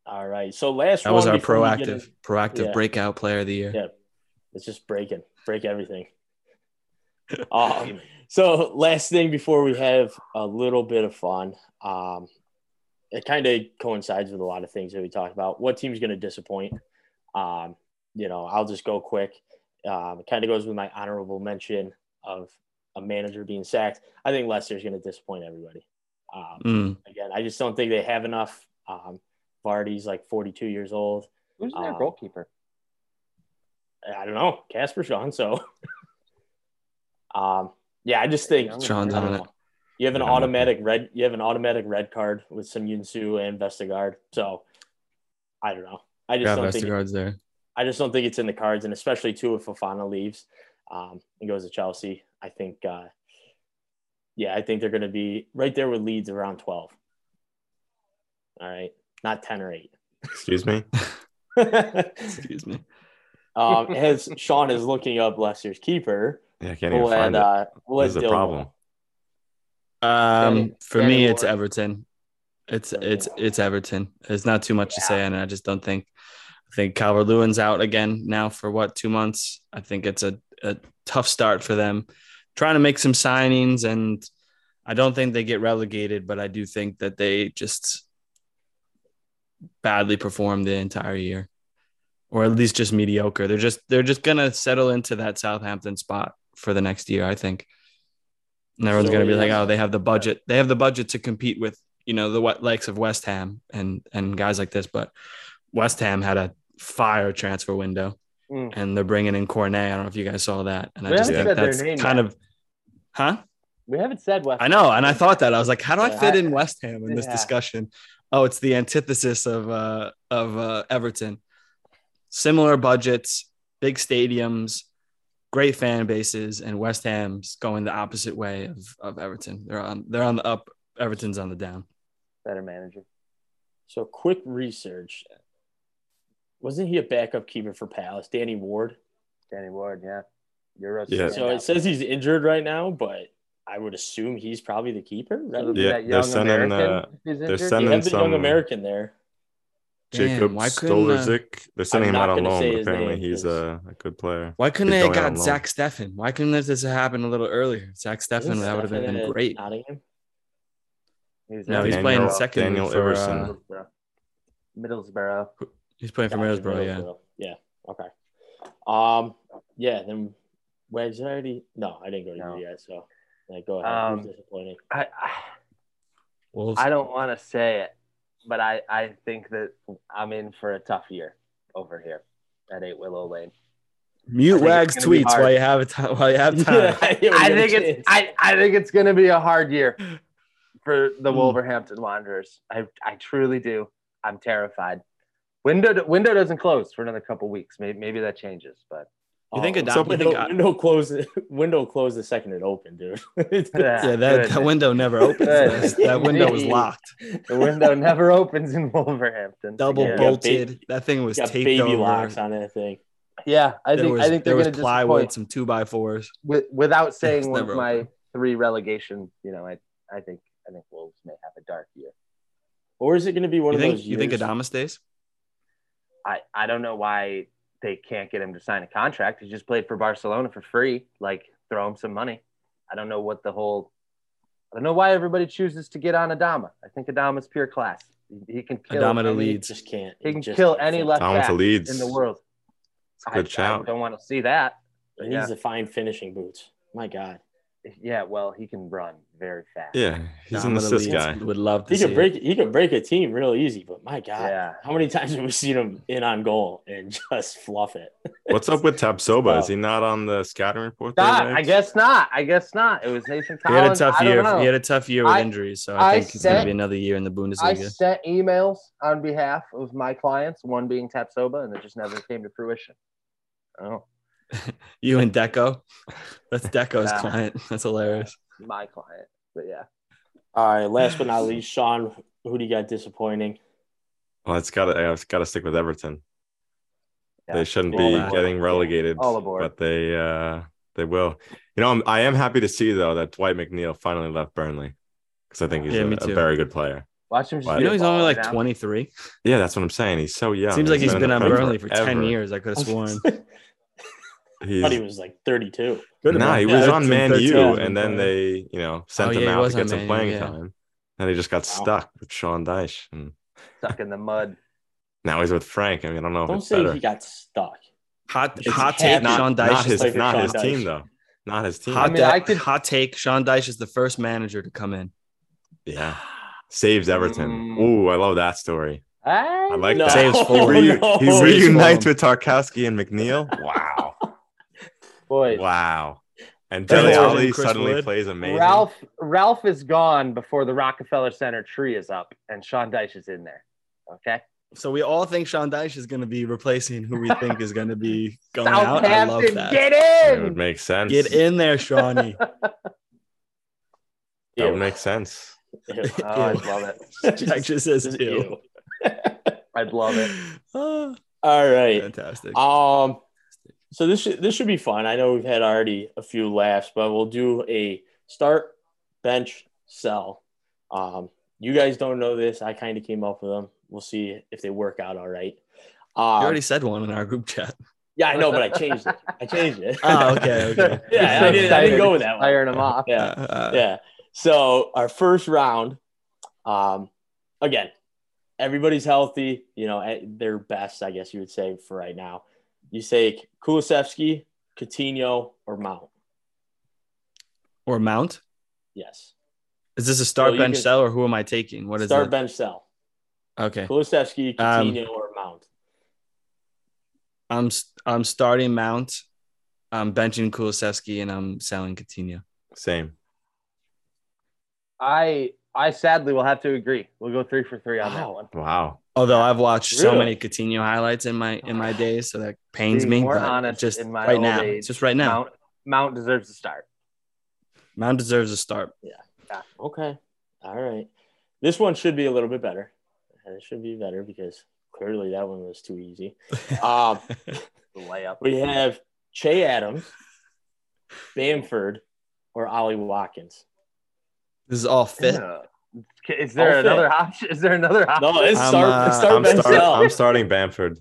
[SPEAKER 5] All right, so last
[SPEAKER 6] That was
[SPEAKER 5] one
[SPEAKER 6] our
[SPEAKER 5] before we get in-
[SPEAKER 6] proactive, proactive
[SPEAKER 5] Yeah.
[SPEAKER 6] breakout player of the year.
[SPEAKER 5] Yeah. It's just breaking, break everything. Um, so last thing before we have a little bit of fun, um, it kind of coincides with a lot of things that we talked about. What team's going to disappoint? Um, you know, I'll just go quick. Um, it kind of goes with my honorable mention of a manager being sacked. I think Leicester's going to disappoint everybody. Um,
[SPEAKER 6] Mm.
[SPEAKER 5] Again, I just don't think they have enough. Um, Vardy's like 42 years old.
[SPEAKER 7] Who's their
[SPEAKER 5] Um,
[SPEAKER 7] goalkeeper?
[SPEAKER 5] I don't know, Casper Sean. So, um, yeah, I just think
[SPEAKER 6] Sean's
[SPEAKER 5] I don't
[SPEAKER 6] on it.
[SPEAKER 5] know. You have an
[SPEAKER 1] Yeah, I'm with
[SPEAKER 5] automatic red. You have an automatic red card with Sun Yunsu and Vestergaard. So, I don't know. I just
[SPEAKER 6] Yeah,
[SPEAKER 5] don't think.
[SPEAKER 6] Vestergaard's there.
[SPEAKER 5] I just don't think it's in the cards, and especially too if Fofana leaves um, and goes to Chelsea. I think. Uh, yeah, I think they're going to be right there with Leeds around twelve. All right, not ten or eight.
[SPEAKER 1] Excuse me.
[SPEAKER 6] Excuse me.
[SPEAKER 5] um, as Sean is looking up Leicester's keeper,
[SPEAKER 1] Yeah, I can't even
[SPEAKER 5] we'll
[SPEAKER 1] find
[SPEAKER 5] add,
[SPEAKER 1] it.
[SPEAKER 5] uh, we'll
[SPEAKER 1] This is
[SPEAKER 5] add
[SPEAKER 1] a
[SPEAKER 5] Dylan.
[SPEAKER 1] problem.
[SPEAKER 6] Um,
[SPEAKER 7] Danny-
[SPEAKER 6] for
[SPEAKER 7] Danny
[SPEAKER 6] me, it's
[SPEAKER 7] Ward.
[SPEAKER 6] Everton. It's
[SPEAKER 5] Danny
[SPEAKER 6] it's it's Everton. There's not too much to
[SPEAKER 5] Yeah.
[SPEAKER 6] say, and I just don't think. I think Calvert Lewin's out again now for what two months. I think it's a, a tough start for them, trying to make some signings, and I don't think they get relegated, but I do think that they just badly perform the entire year, or at least just mediocre. They're just they're just gonna settle into that Southampton spot for the next year, I think. And everyone's
[SPEAKER 5] So,
[SPEAKER 6] gonna be like,
[SPEAKER 5] yeah.
[SPEAKER 6] oh, they have the budget. They have the budget to compete with you know the wet likes of West Ham and and guys like this, but West Ham had a fire transfer window,
[SPEAKER 7] Mm.
[SPEAKER 6] and they're bringing in Cornet. I don't know if you guys saw that, and I
[SPEAKER 7] We
[SPEAKER 6] just
[SPEAKER 7] haven't
[SPEAKER 6] think
[SPEAKER 7] said their
[SPEAKER 6] that's
[SPEAKER 7] name
[SPEAKER 6] kind
[SPEAKER 7] yet.
[SPEAKER 6] of, huh?
[SPEAKER 7] We haven't said West.
[SPEAKER 6] I know, and I thought that I was like, how do I
[SPEAKER 5] Yeah,
[SPEAKER 6] fit
[SPEAKER 7] I-
[SPEAKER 6] in West Ham in this
[SPEAKER 7] yeah.
[SPEAKER 6] discussion? Oh, it's the antithesis of uh, of uh, Everton. Similar budgets, big stadiums, great fan bases, and West Ham's going the opposite way of, of Everton. They're on they're on the up. Everton's on the down.
[SPEAKER 7] better manager.
[SPEAKER 5] So quick research. Wasn't he a backup keeper for Palace, Danny Ward?
[SPEAKER 7] Danny Ward, yeah. Euros.
[SPEAKER 1] Yeah.
[SPEAKER 5] So it says he's injured right now, but I would assume he's probably the keeper. Right?
[SPEAKER 7] It'll be
[SPEAKER 1] Yeah,
[SPEAKER 7] that
[SPEAKER 1] they're
[SPEAKER 7] young
[SPEAKER 1] sending,
[SPEAKER 7] American
[SPEAKER 1] uh,
[SPEAKER 7] who's
[SPEAKER 1] they're
[SPEAKER 7] injured.
[SPEAKER 5] They
[SPEAKER 1] sending-
[SPEAKER 5] have the
[SPEAKER 1] some- uh,
[SPEAKER 5] young American there.
[SPEAKER 6] Damn,
[SPEAKER 1] Jacob
[SPEAKER 6] why couldn't, uh,
[SPEAKER 1] Stolzik. They're sending
[SPEAKER 5] I'm
[SPEAKER 1] him out
[SPEAKER 5] not
[SPEAKER 1] on
[SPEAKER 5] gonna
[SPEAKER 1] loan.
[SPEAKER 5] say
[SPEAKER 1] but
[SPEAKER 5] his
[SPEAKER 1] Apparently,
[SPEAKER 5] name
[SPEAKER 1] he's
[SPEAKER 5] 'cause-
[SPEAKER 1] a, a good player.
[SPEAKER 6] Why couldn't
[SPEAKER 1] He's
[SPEAKER 6] they have
[SPEAKER 1] going out on
[SPEAKER 6] got
[SPEAKER 1] loan.
[SPEAKER 6] Zach Steffen? Why couldn't this this have happened a little earlier? Zach Steffen,
[SPEAKER 5] Isn't
[SPEAKER 6] that would have
[SPEAKER 5] Stefan
[SPEAKER 6] been
[SPEAKER 5] at
[SPEAKER 6] great.
[SPEAKER 5] Nottingham?
[SPEAKER 7] He's
[SPEAKER 6] No,
[SPEAKER 7] in
[SPEAKER 6] he's
[SPEAKER 1] Daniel-
[SPEAKER 6] playing second
[SPEAKER 1] Daniel
[SPEAKER 6] for,
[SPEAKER 1] Iverson.
[SPEAKER 6] uh,
[SPEAKER 7] Middlesbrough. Middlesbrough.
[SPEAKER 6] he's playing for Middlesbrough. Yeah,
[SPEAKER 5] Yeah. Okay. Um. Yeah. Then Wags did I already. No, I didn't go to
[SPEAKER 7] No.
[SPEAKER 5] you yet. So like, go ahead.
[SPEAKER 7] Um,
[SPEAKER 5] Who's disappointing.
[SPEAKER 7] I, I
[SPEAKER 6] Wolves.
[SPEAKER 7] I don't want to say it, but I, I think that I'm in for a tough year over here at Eight Willow Lane. I
[SPEAKER 6] Mute
[SPEAKER 7] think it's
[SPEAKER 6] Wags
[SPEAKER 7] gonna be
[SPEAKER 6] tweets
[SPEAKER 7] hard.
[SPEAKER 6] while you have a time. While you have time.
[SPEAKER 5] Yeah, when
[SPEAKER 7] I, I
[SPEAKER 5] you have a
[SPEAKER 7] think it's
[SPEAKER 5] chance.
[SPEAKER 7] I, I think it's gonna be a hard year for the
[SPEAKER 6] Hmm.
[SPEAKER 7] Wolverhampton Wanderers. I, I truly do. I'm terrified. Window window doesn't close for another couple weeks. Maybe maybe that changes, but
[SPEAKER 6] You think
[SPEAKER 5] Oh,
[SPEAKER 6] a Dom- you
[SPEAKER 5] window,
[SPEAKER 6] think I-
[SPEAKER 5] window closed window closed the second it opened, dude.
[SPEAKER 7] Yeah.
[SPEAKER 6] Yeah, that, that
[SPEAKER 7] Good.
[SPEAKER 6] window never opens. That- that window was
[SPEAKER 7] Jeez.
[SPEAKER 6] locked,
[SPEAKER 7] the window never opens in Wolverhampton.
[SPEAKER 6] double
[SPEAKER 7] yeah.
[SPEAKER 6] bolted.
[SPEAKER 5] ba-
[SPEAKER 6] that thing was
[SPEAKER 5] Got
[SPEAKER 6] taped
[SPEAKER 5] baby
[SPEAKER 6] over.
[SPEAKER 5] locks on that thing.
[SPEAKER 7] Yeah, I
[SPEAKER 6] there
[SPEAKER 7] think
[SPEAKER 6] was,
[SPEAKER 7] I think
[SPEAKER 6] there
[SPEAKER 7] they're
[SPEAKER 6] was
[SPEAKER 7] gonna
[SPEAKER 6] plywood,
[SPEAKER 7] disappoint
[SPEAKER 6] some two by fours.
[SPEAKER 7] with, without saying one of
[SPEAKER 6] never
[SPEAKER 7] my
[SPEAKER 6] open.
[SPEAKER 7] three relegation. You know, I I think I think Wolves may have a dark year.
[SPEAKER 5] Or is it going to be one
[SPEAKER 6] You
[SPEAKER 5] of
[SPEAKER 6] think
[SPEAKER 5] those?
[SPEAKER 6] you think
[SPEAKER 5] years-
[SPEAKER 6] Adama stays?
[SPEAKER 7] I, I don't know why they can't get him to sign a contract. He just played for Barcelona for free. Like throw him some money. I don't know what the whole. I don't know why everybody chooses to get on Adama. I think Adama's pure class. He, he can kill
[SPEAKER 6] Adama to
[SPEAKER 7] any-
[SPEAKER 6] Leeds.
[SPEAKER 5] Just can't.
[SPEAKER 7] He can
[SPEAKER 5] just
[SPEAKER 7] kill
[SPEAKER 5] can't
[SPEAKER 7] any
[SPEAKER 5] fit.
[SPEAKER 7] left
[SPEAKER 1] Down
[SPEAKER 7] back
[SPEAKER 1] to Leeds.
[SPEAKER 7] in the world.
[SPEAKER 1] It's a good
[SPEAKER 7] I, I
[SPEAKER 1] shout.
[SPEAKER 7] don't want to see that.
[SPEAKER 5] He
[SPEAKER 7] Yeah.
[SPEAKER 5] needs to find finishing boots. My God,
[SPEAKER 7] Yeah, well, he can run very fast.
[SPEAKER 1] Yeah, he's an
[SPEAKER 6] Adama to
[SPEAKER 1] assist
[SPEAKER 6] Leeds.
[SPEAKER 1] guy.
[SPEAKER 6] Would love to
[SPEAKER 5] he
[SPEAKER 6] see
[SPEAKER 5] could
[SPEAKER 6] it.
[SPEAKER 5] break. He could break a team real easy. But my God,
[SPEAKER 7] Yeah.
[SPEAKER 5] how many times have we seen him in on goal and just fluff it?
[SPEAKER 1] What's up with Tabsoba? Is he not on the scouting report? there,
[SPEAKER 7] Not, I
[SPEAKER 1] Wags?
[SPEAKER 7] guess not. I guess not. It was Nathan
[SPEAKER 6] He had a
[SPEAKER 7] Collins.
[SPEAKER 6] tough
[SPEAKER 7] I don't
[SPEAKER 6] year.
[SPEAKER 7] know.
[SPEAKER 6] He had a tough year with
[SPEAKER 7] I-
[SPEAKER 6] injuries, so I,
[SPEAKER 7] I
[SPEAKER 6] think it's going to
[SPEAKER 7] said-
[SPEAKER 6] be another year in the
[SPEAKER 7] I
[SPEAKER 6] Bundesliga.
[SPEAKER 7] sent emails on behalf of my clients, one being Tapsoba, and it just never came to fruition. Oh,
[SPEAKER 6] you and Deco. That's Deco's
[SPEAKER 7] Nah.
[SPEAKER 6] client. That's hilarious.
[SPEAKER 7] my client. But yeah.
[SPEAKER 5] All right. Last but not least, Sean, who do you got disappointing?
[SPEAKER 1] Well, it's got to. It's got to stick with Everton.
[SPEAKER 7] Yeah.
[SPEAKER 1] They shouldn't
[SPEAKER 5] All
[SPEAKER 1] be
[SPEAKER 5] aboard.
[SPEAKER 1] getting relegated.
[SPEAKER 7] All aboard.
[SPEAKER 1] But they uh, they will. You know, I'm, I am happy to see though that Dwight McNeil finally left Burnley because I think he's
[SPEAKER 6] Yeah,
[SPEAKER 1] a,
[SPEAKER 6] me
[SPEAKER 1] a
[SPEAKER 6] too.
[SPEAKER 1] very good player.
[SPEAKER 7] Watch him just
[SPEAKER 1] You
[SPEAKER 7] be
[SPEAKER 6] You know
[SPEAKER 7] a
[SPEAKER 6] he's only
[SPEAKER 7] baller
[SPEAKER 6] like
[SPEAKER 7] now.
[SPEAKER 6] 23.
[SPEAKER 1] Yeah, that's what I'm saying. He's so young.
[SPEAKER 6] Seems like he's been
[SPEAKER 1] in
[SPEAKER 6] on
[SPEAKER 1] the Prem
[SPEAKER 6] Burnley for 10
[SPEAKER 1] forever.
[SPEAKER 6] years. I could have sworn.
[SPEAKER 1] He's,
[SPEAKER 5] thought he was like 32.
[SPEAKER 1] no,
[SPEAKER 6] been.
[SPEAKER 1] he
[SPEAKER 5] Yeah,
[SPEAKER 1] was
[SPEAKER 5] that's
[SPEAKER 1] on
[SPEAKER 6] been
[SPEAKER 1] Man
[SPEAKER 6] 13,
[SPEAKER 1] U,
[SPEAKER 6] yeah.
[SPEAKER 1] and then they, you know, sent
[SPEAKER 6] Oh,
[SPEAKER 1] him
[SPEAKER 6] yeah, he
[SPEAKER 1] out
[SPEAKER 6] was
[SPEAKER 1] to
[SPEAKER 6] on
[SPEAKER 1] get some
[SPEAKER 6] Man U,
[SPEAKER 1] playing
[SPEAKER 6] yeah.
[SPEAKER 1] time, and he just got
[SPEAKER 5] Wow.
[SPEAKER 1] stuck with Sean Dyche, and
[SPEAKER 7] stuck in the mud.
[SPEAKER 1] now he's with Frank. I mean, I don't know if
[SPEAKER 5] Don't
[SPEAKER 1] it's
[SPEAKER 5] say
[SPEAKER 1] better.
[SPEAKER 5] he got stuck.
[SPEAKER 6] Hot
[SPEAKER 5] It's
[SPEAKER 6] hot take.
[SPEAKER 5] not-
[SPEAKER 6] Sean
[SPEAKER 1] not
[SPEAKER 6] Dyche is
[SPEAKER 1] his,
[SPEAKER 5] like
[SPEAKER 6] the,
[SPEAKER 5] with
[SPEAKER 1] not
[SPEAKER 5] Sean
[SPEAKER 1] his
[SPEAKER 5] Dyche.
[SPEAKER 1] team though. Not his team.
[SPEAKER 6] hot,
[SPEAKER 7] I mean, I
[SPEAKER 6] da-
[SPEAKER 7] could-
[SPEAKER 6] hot take. Sean Dyche is the first manager to come in.
[SPEAKER 1] Yeah. Saves Everton.
[SPEAKER 7] Mm.
[SPEAKER 1] Ooh, I love that story. I like
[SPEAKER 5] No.
[SPEAKER 1] that.
[SPEAKER 6] Saves
[SPEAKER 1] He,
[SPEAKER 6] Fulham.
[SPEAKER 1] reu-
[SPEAKER 5] no.
[SPEAKER 1] he
[SPEAKER 6] Saves
[SPEAKER 1] reunites
[SPEAKER 6] Fulham.
[SPEAKER 1] with Tarkowski and McNeil. Wow.
[SPEAKER 7] boys.
[SPEAKER 1] wow. And
[SPEAKER 6] That's
[SPEAKER 1] Dele
[SPEAKER 6] more than
[SPEAKER 1] Alli
[SPEAKER 6] Chris
[SPEAKER 1] suddenly
[SPEAKER 6] Wood.
[SPEAKER 1] plays amazing.
[SPEAKER 7] Ralph Ralph is gone before the Rockefeller Center tree is up, and Sean Dyche is in there. Okay.
[SPEAKER 6] So we all think Sean Dyche is going to be replacing who we think is going to be going out. I love
[SPEAKER 7] Southampton,
[SPEAKER 6] that.
[SPEAKER 7] get
[SPEAKER 1] It
[SPEAKER 7] in.
[SPEAKER 1] would make sense.
[SPEAKER 6] Get in there, Shawnee.
[SPEAKER 1] That would
[SPEAKER 5] Ew.
[SPEAKER 1] make sense.
[SPEAKER 5] Ew.
[SPEAKER 7] Oh, I
[SPEAKER 6] Ew.
[SPEAKER 7] love it.
[SPEAKER 6] Jack just says ew.
[SPEAKER 5] Ew.
[SPEAKER 7] I'd love it.
[SPEAKER 6] Ah,
[SPEAKER 5] All right.
[SPEAKER 6] fantastic.
[SPEAKER 5] Um, so this should, this should be fun. I know we've had already a few laughs, but we'll do a start, bench, sell. Um, you guys don't know this. I kind of came up with them. We'll see if they work out all right.
[SPEAKER 6] you
[SPEAKER 5] Um,
[SPEAKER 6] already said one in our group chat.
[SPEAKER 5] yeah, I know, but I changed it. I changed it.
[SPEAKER 6] Oh, okay, okay.
[SPEAKER 5] Yeah,
[SPEAKER 7] You're
[SPEAKER 5] I didn't- I didn't go
[SPEAKER 7] excited.
[SPEAKER 5] with that one.
[SPEAKER 7] Iron him off.
[SPEAKER 5] yeah.
[SPEAKER 6] Uh,
[SPEAKER 5] yeah. So our first round, um, again, everybody's healthy. You know, at their best, I guess you would say for right now. You say Kulisevsky, Coutinho, or Mount.
[SPEAKER 6] Or Mount?
[SPEAKER 5] Yes.
[SPEAKER 6] Is this a start
[SPEAKER 5] you
[SPEAKER 6] bench
[SPEAKER 5] can-
[SPEAKER 6] sell or who am I taking? What is
[SPEAKER 5] Start
[SPEAKER 6] it?
[SPEAKER 5] bench sell.
[SPEAKER 6] okay,
[SPEAKER 5] Kulisevsky,
[SPEAKER 6] Um,
[SPEAKER 5] Coutinho, or Mount.
[SPEAKER 6] I'm s- I'm starting Mount. I'm benching Kulisevsky and I'm selling Coutinho.
[SPEAKER 1] Same.
[SPEAKER 7] I I sadly will have to agree. We'll go three for three on that
[SPEAKER 5] Wow.
[SPEAKER 7] one.
[SPEAKER 1] Wow.
[SPEAKER 6] Although I've watched so
[SPEAKER 5] Really?
[SPEAKER 6] many Coutinho highlights in my in my days, so that pains
[SPEAKER 7] Being
[SPEAKER 6] me.
[SPEAKER 7] more
[SPEAKER 6] but
[SPEAKER 7] honest
[SPEAKER 6] just
[SPEAKER 7] in my
[SPEAKER 6] right
[SPEAKER 7] old
[SPEAKER 6] now,
[SPEAKER 7] age,
[SPEAKER 6] just right now, Mount,
[SPEAKER 7] Mount Mount deserves a start.
[SPEAKER 6] deserves a start.
[SPEAKER 5] Okay. All right. This one should be a little bit better. And it should be better because clearly that one was too easy. Um,
[SPEAKER 7] The layup.
[SPEAKER 5] we have Che Adams, Bamford, or Ollie Watkins?
[SPEAKER 6] This is all fit.
[SPEAKER 7] Yeah. Is
[SPEAKER 5] I'll
[SPEAKER 7] there
[SPEAKER 5] fit.
[SPEAKER 7] another option? Is there another option?
[SPEAKER 5] No, it's
[SPEAKER 6] I'm,
[SPEAKER 5] start,
[SPEAKER 6] uh,
[SPEAKER 5] start
[SPEAKER 1] I'm,
[SPEAKER 5] Ben
[SPEAKER 1] start,
[SPEAKER 5] Sell.
[SPEAKER 1] I'm starting Bamford.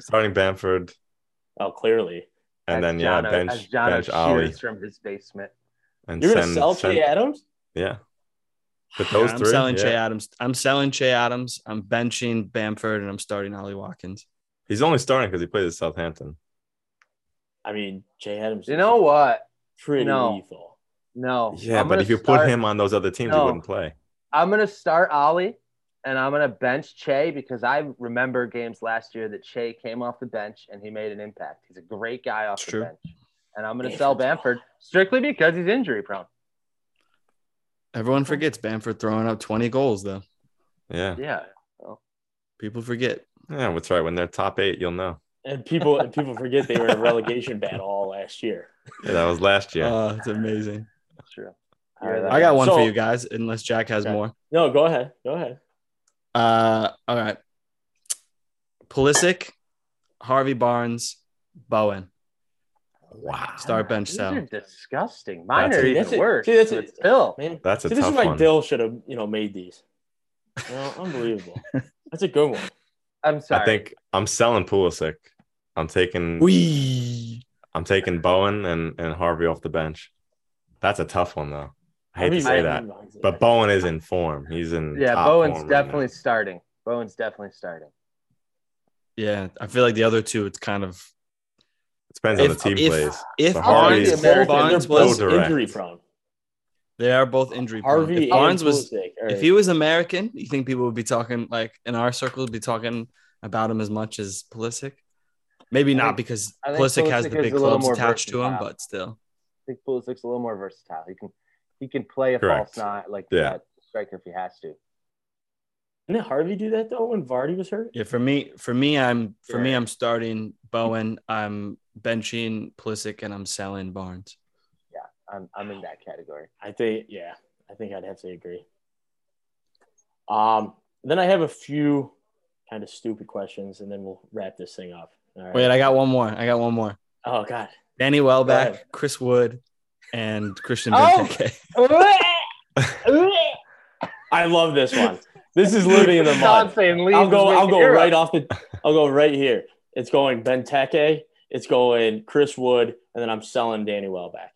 [SPEAKER 1] Starting Bamford.
[SPEAKER 5] Oh, clearly.
[SPEAKER 1] And
[SPEAKER 7] As
[SPEAKER 1] then, yeah,
[SPEAKER 7] Jono- as
[SPEAKER 1] bench,
[SPEAKER 7] Jono
[SPEAKER 1] bench Ollie.
[SPEAKER 7] shears from his basement.
[SPEAKER 1] And
[SPEAKER 5] You're going to
[SPEAKER 1] send-
[SPEAKER 5] sell
[SPEAKER 1] send-
[SPEAKER 5] Trey Adams?
[SPEAKER 1] Yeah. But
[SPEAKER 6] Yeah,
[SPEAKER 1] those
[SPEAKER 6] I'm
[SPEAKER 1] three,
[SPEAKER 6] selling
[SPEAKER 1] yeah.
[SPEAKER 6] Che Adams. I'm selling Che Adams. I'm benching Bamford, and I'm starting Ollie Watkins.
[SPEAKER 1] he's only starting because he plays at Southampton.
[SPEAKER 5] I mean, Jay Adams
[SPEAKER 7] You know what?
[SPEAKER 5] is pretty
[SPEAKER 7] No.
[SPEAKER 5] lethal.
[SPEAKER 7] No.
[SPEAKER 1] Yeah,
[SPEAKER 7] Oh, I'm
[SPEAKER 1] but
[SPEAKER 7] gonna
[SPEAKER 1] if you put
[SPEAKER 7] start-
[SPEAKER 1] him on those other teams, he
[SPEAKER 7] No.
[SPEAKER 1] wouldn't play.
[SPEAKER 7] I'm gonna start Ollie, and I'm gonna bench Che because I remember games last year that Che came off the bench and he made an impact. He's a great guy off
[SPEAKER 6] It's
[SPEAKER 7] the
[SPEAKER 6] true.
[SPEAKER 7] bench, and I'm gonna sell
[SPEAKER 5] Bamford's-
[SPEAKER 7] Bamford strictly because he's injury prone.
[SPEAKER 6] Everyone forgets Bamford throwing up 20 goals, though.
[SPEAKER 1] Yeah.
[SPEAKER 7] Yeah,
[SPEAKER 6] People forget.
[SPEAKER 1] Yeah, that's right. When they're top eight, you'll know.
[SPEAKER 5] And people and people forget they were in a relegation battle all last year.
[SPEAKER 1] Yeah, that was last year.
[SPEAKER 6] Oh, it's amazing.
[SPEAKER 7] that's true.
[SPEAKER 5] All
[SPEAKER 7] Yeah,
[SPEAKER 5] right.
[SPEAKER 6] I got one
[SPEAKER 5] So-
[SPEAKER 6] for you guys, unless Jack has
[SPEAKER 5] Okay.
[SPEAKER 6] more.
[SPEAKER 5] No, go ahead. Go ahead.
[SPEAKER 6] Uh, all right. Pulisic, Harvey Barnes, Bowen.
[SPEAKER 1] wow.
[SPEAKER 6] Start bench
[SPEAKER 7] These
[SPEAKER 6] sell.
[SPEAKER 7] are disgusting. Mine
[SPEAKER 1] That's
[SPEAKER 7] are
[SPEAKER 1] it.
[SPEAKER 7] even
[SPEAKER 5] That's it.
[SPEAKER 7] worse.
[SPEAKER 5] See, that's
[SPEAKER 7] but
[SPEAKER 5] it.
[SPEAKER 7] still,
[SPEAKER 5] Man,
[SPEAKER 1] That's a
[SPEAKER 5] See, this
[SPEAKER 1] tough
[SPEAKER 5] is why
[SPEAKER 1] one.
[SPEAKER 5] Dill should have, you know, made these. You know, unbelievable. That's a good one.
[SPEAKER 7] I'm sorry.
[SPEAKER 1] I think I'm selling Pulisic. I'm taking
[SPEAKER 6] Mm-hmm. We.
[SPEAKER 1] I'm taking Bowen and, and Harvey off the bench. That's a tough one though. I hate to
[SPEAKER 5] mean,
[SPEAKER 1] say
[SPEAKER 5] I-
[SPEAKER 1] that.
[SPEAKER 5] reminds me.
[SPEAKER 1] But Bowen is in form. He's in
[SPEAKER 7] yeah,
[SPEAKER 1] top
[SPEAKER 7] Bowen's
[SPEAKER 1] form right now.
[SPEAKER 7] definitely starting. Bowen's definitely starting.
[SPEAKER 6] Yeah, I feel like the other two, it's kind of.
[SPEAKER 1] It depends
[SPEAKER 6] If,
[SPEAKER 1] on the team
[SPEAKER 6] if,
[SPEAKER 1] plays.
[SPEAKER 6] if
[SPEAKER 1] So
[SPEAKER 6] Barnes,
[SPEAKER 1] Harvey's-
[SPEAKER 5] Both-
[SPEAKER 6] Barnes
[SPEAKER 5] and they're both
[SPEAKER 6] was,
[SPEAKER 1] so direct.
[SPEAKER 5] injury prone.
[SPEAKER 6] they are both injury. prone.
[SPEAKER 5] Harvey
[SPEAKER 6] If Barnes
[SPEAKER 5] and
[SPEAKER 6] was
[SPEAKER 5] Pulisic are-
[SPEAKER 6] If he was American, you think people would be talking like in our circles be talking about him as much as Pulisic? Maybe
[SPEAKER 7] I
[SPEAKER 6] not
[SPEAKER 7] think-
[SPEAKER 6] because
[SPEAKER 7] I think
[SPEAKER 6] Pulisic has
[SPEAKER 7] Pulisic
[SPEAKER 6] the
[SPEAKER 7] is
[SPEAKER 6] big
[SPEAKER 7] a little
[SPEAKER 6] clubs
[SPEAKER 7] more
[SPEAKER 6] attached to him,
[SPEAKER 7] versatile.
[SPEAKER 6] but still.
[SPEAKER 7] I think Pulisic's a little more versatile. He can he can play a
[SPEAKER 1] Correct.
[SPEAKER 7] false nine like
[SPEAKER 1] Yeah.
[SPEAKER 7] that striker if he has to.
[SPEAKER 5] Didn't Harvey do that though when Vardy was hurt?
[SPEAKER 6] Yeah, for me, for me, I'm for me,
[SPEAKER 7] Yeah.
[SPEAKER 6] I'm starting Bowen, I'm benching Pulisic, and I'm selling Barnes.
[SPEAKER 7] I'm I'm in that category.
[SPEAKER 5] I think, yeah, I think I'd have to agree. Um, then I have a few kind of stupid questions, and then we'll wrap this thing up. All right.
[SPEAKER 6] Wait, I got one more. I got one more.
[SPEAKER 5] oh God,
[SPEAKER 6] Danny
[SPEAKER 5] Go
[SPEAKER 6] Welbeck,
[SPEAKER 5] ahead.
[SPEAKER 6] Chris Wood, and Christian
[SPEAKER 7] Oh!
[SPEAKER 6] Benteke.
[SPEAKER 5] I love this one. This is living in the mud. I'll go. I'll go right off the. I'll go right here. It's going Benteke. It's going Chris Wood, and then I'm selling Danny Welbeck.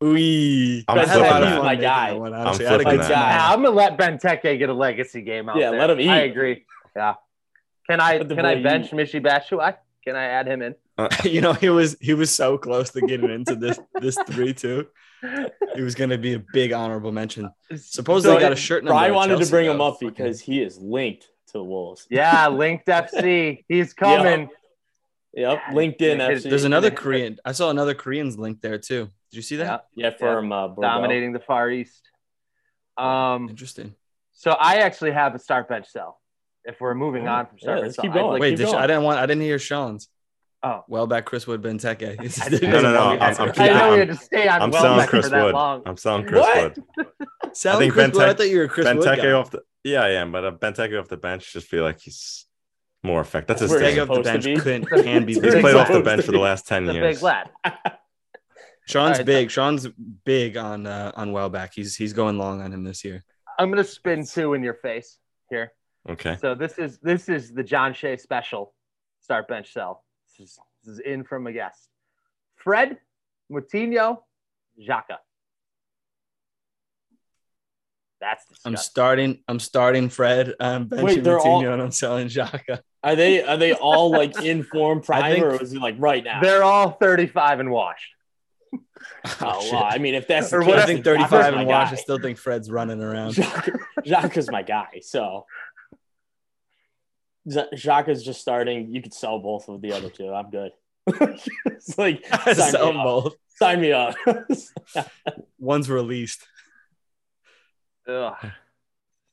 [SPEAKER 6] Wee.
[SPEAKER 1] I'm
[SPEAKER 6] I had a
[SPEAKER 1] flipping
[SPEAKER 6] lot of
[SPEAKER 1] that.
[SPEAKER 6] fun
[SPEAKER 5] My
[SPEAKER 6] making
[SPEAKER 5] guy.
[SPEAKER 6] that one, honestly. I
[SPEAKER 1] I'm
[SPEAKER 6] had a
[SPEAKER 1] flipping
[SPEAKER 6] good
[SPEAKER 1] that.
[SPEAKER 6] time.
[SPEAKER 7] Yeah, I'm gonna let Benteke get a legacy game out.
[SPEAKER 5] Yeah,
[SPEAKER 7] there.
[SPEAKER 5] let him eat.
[SPEAKER 7] I agree. Yeah. Can I
[SPEAKER 5] Let the
[SPEAKER 7] can I
[SPEAKER 5] boy
[SPEAKER 7] bench Mishi Bashuai? Can I add him in?
[SPEAKER 6] you know he was he was so close to getting into this this three two. It was going to be a big honorable mention. Supposedly
[SPEAKER 5] So
[SPEAKER 6] got a
[SPEAKER 5] it-
[SPEAKER 6] shirt number.
[SPEAKER 5] Bry
[SPEAKER 6] at
[SPEAKER 5] wanted to
[SPEAKER 6] Chelsea,
[SPEAKER 5] bring him
[SPEAKER 6] though.
[SPEAKER 5] up because he is linked to Wolves.
[SPEAKER 7] Yeah, linked FC. He's coming.
[SPEAKER 5] Yep, LinkedIn.
[SPEAKER 7] There's
[SPEAKER 5] FC.
[SPEAKER 6] there's another Korean. I saw another Korean's link there too. Did you see that?
[SPEAKER 5] Yeah, from uh, Bordeaux.
[SPEAKER 7] Dominating the Far East. Um,
[SPEAKER 6] Interesting.
[SPEAKER 7] so I actually have a start bench cell. If we're moving on from
[SPEAKER 5] Yeah,
[SPEAKER 7] start bench
[SPEAKER 5] let's
[SPEAKER 7] cell,
[SPEAKER 5] keep
[SPEAKER 7] I'd
[SPEAKER 5] going.
[SPEAKER 7] like-
[SPEAKER 6] Wait,
[SPEAKER 5] keep
[SPEAKER 6] did you-
[SPEAKER 5] going.
[SPEAKER 6] I didn't want. I didn't hear Sean's.
[SPEAKER 7] Oh.
[SPEAKER 6] well back Chris Wood Benteke.
[SPEAKER 1] No, no, no. I'm, I'm,
[SPEAKER 6] I
[SPEAKER 1] I'm,
[SPEAKER 6] know
[SPEAKER 7] I know we
[SPEAKER 1] I'm,
[SPEAKER 7] had to stay on
[SPEAKER 1] I'm selling
[SPEAKER 7] Welbeck for
[SPEAKER 1] Chris
[SPEAKER 7] that
[SPEAKER 1] Wood.
[SPEAKER 7] long.
[SPEAKER 1] I'm selling Chris
[SPEAKER 5] What?
[SPEAKER 1] Wood.
[SPEAKER 6] Selling
[SPEAKER 1] think
[SPEAKER 6] Chris Wood. I
[SPEAKER 1] Benteke-
[SPEAKER 6] thought you were a Chris Wood guy.
[SPEAKER 1] Benteke off the yeah, I am, but uh, Benteke off the bench just feel like he's more effective. That's his
[SPEAKER 5] Where
[SPEAKER 1] thing.
[SPEAKER 5] he
[SPEAKER 6] Benteke
[SPEAKER 5] off
[SPEAKER 6] off the
[SPEAKER 5] supposed to
[SPEAKER 6] bench
[SPEAKER 5] be?
[SPEAKER 6] couldn't can be.
[SPEAKER 5] He's
[SPEAKER 1] He's
[SPEAKER 6] big.
[SPEAKER 1] played off the
[SPEAKER 5] Supposed
[SPEAKER 1] bench for the last ten
[SPEAKER 7] The
[SPEAKER 1] years.
[SPEAKER 7] big lad.
[SPEAKER 6] Sean's
[SPEAKER 7] All right.
[SPEAKER 6] big. Sean's big on uh, on Welbeck. He's he's going long on him this year.
[SPEAKER 7] I'm gonna spin two in your face here.
[SPEAKER 1] Okay.
[SPEAKER 7] So this is this is the John Shea special start bench cell. This is, this is in from a guest. Fred, Moutinho, Xhaka. That's
[SPEAKER 6] I'm
[SPEAKER 7] disgusting.
[SPEAKER 6] starting. I'm starting Fred. I'm benching
[SPEAKER 5] Wait, they're
[SPEAKER 6] Coutinho,
[SPEAKER 5] all-
[SPEAKER 6] and I'm selling Xhaka.
[SPEAKER 5] Are they are they all like in form prime
[SPEAKER 6] think-
[SPEAKER 5] or is it like right now?
[SPEAKER 7] They're all 35 and washed.
[SPEAKER 5] Oh,
[SPEAKER 6] shit.
[SPEAKER 5] wow. I mean, if that's
[SPEAKER 7] Or
[SPEAKER 5] the
[SPEAKER 7] what
[SPEAKER 5] case,
[SPEAKER 6] I
[SPEAKER 7] if-
[SPEAKER 6] think
[SPEAKER 5] then Xhaka's
[SPEAKER 6] 35
[SPEAKER 5] my
[SPEAKER 6] and watch. I
[SPEAKER 5] guy.
[SPEAKER 6] still think Fred's running around.
[SPEAKER 5] Xhaka- Xhaka's my guy. So Z- Xhaka's just starting. You could sell both of the other two. I'm good. it's like sign
[SPEAKER 6] Sell
[SPEAKER 5] me, up.
[SPEAKER 6] both.
[SPEAKER 5] sign me up.
[SPEAKER 6] One's released.
[SPEAKER 7] Ugh.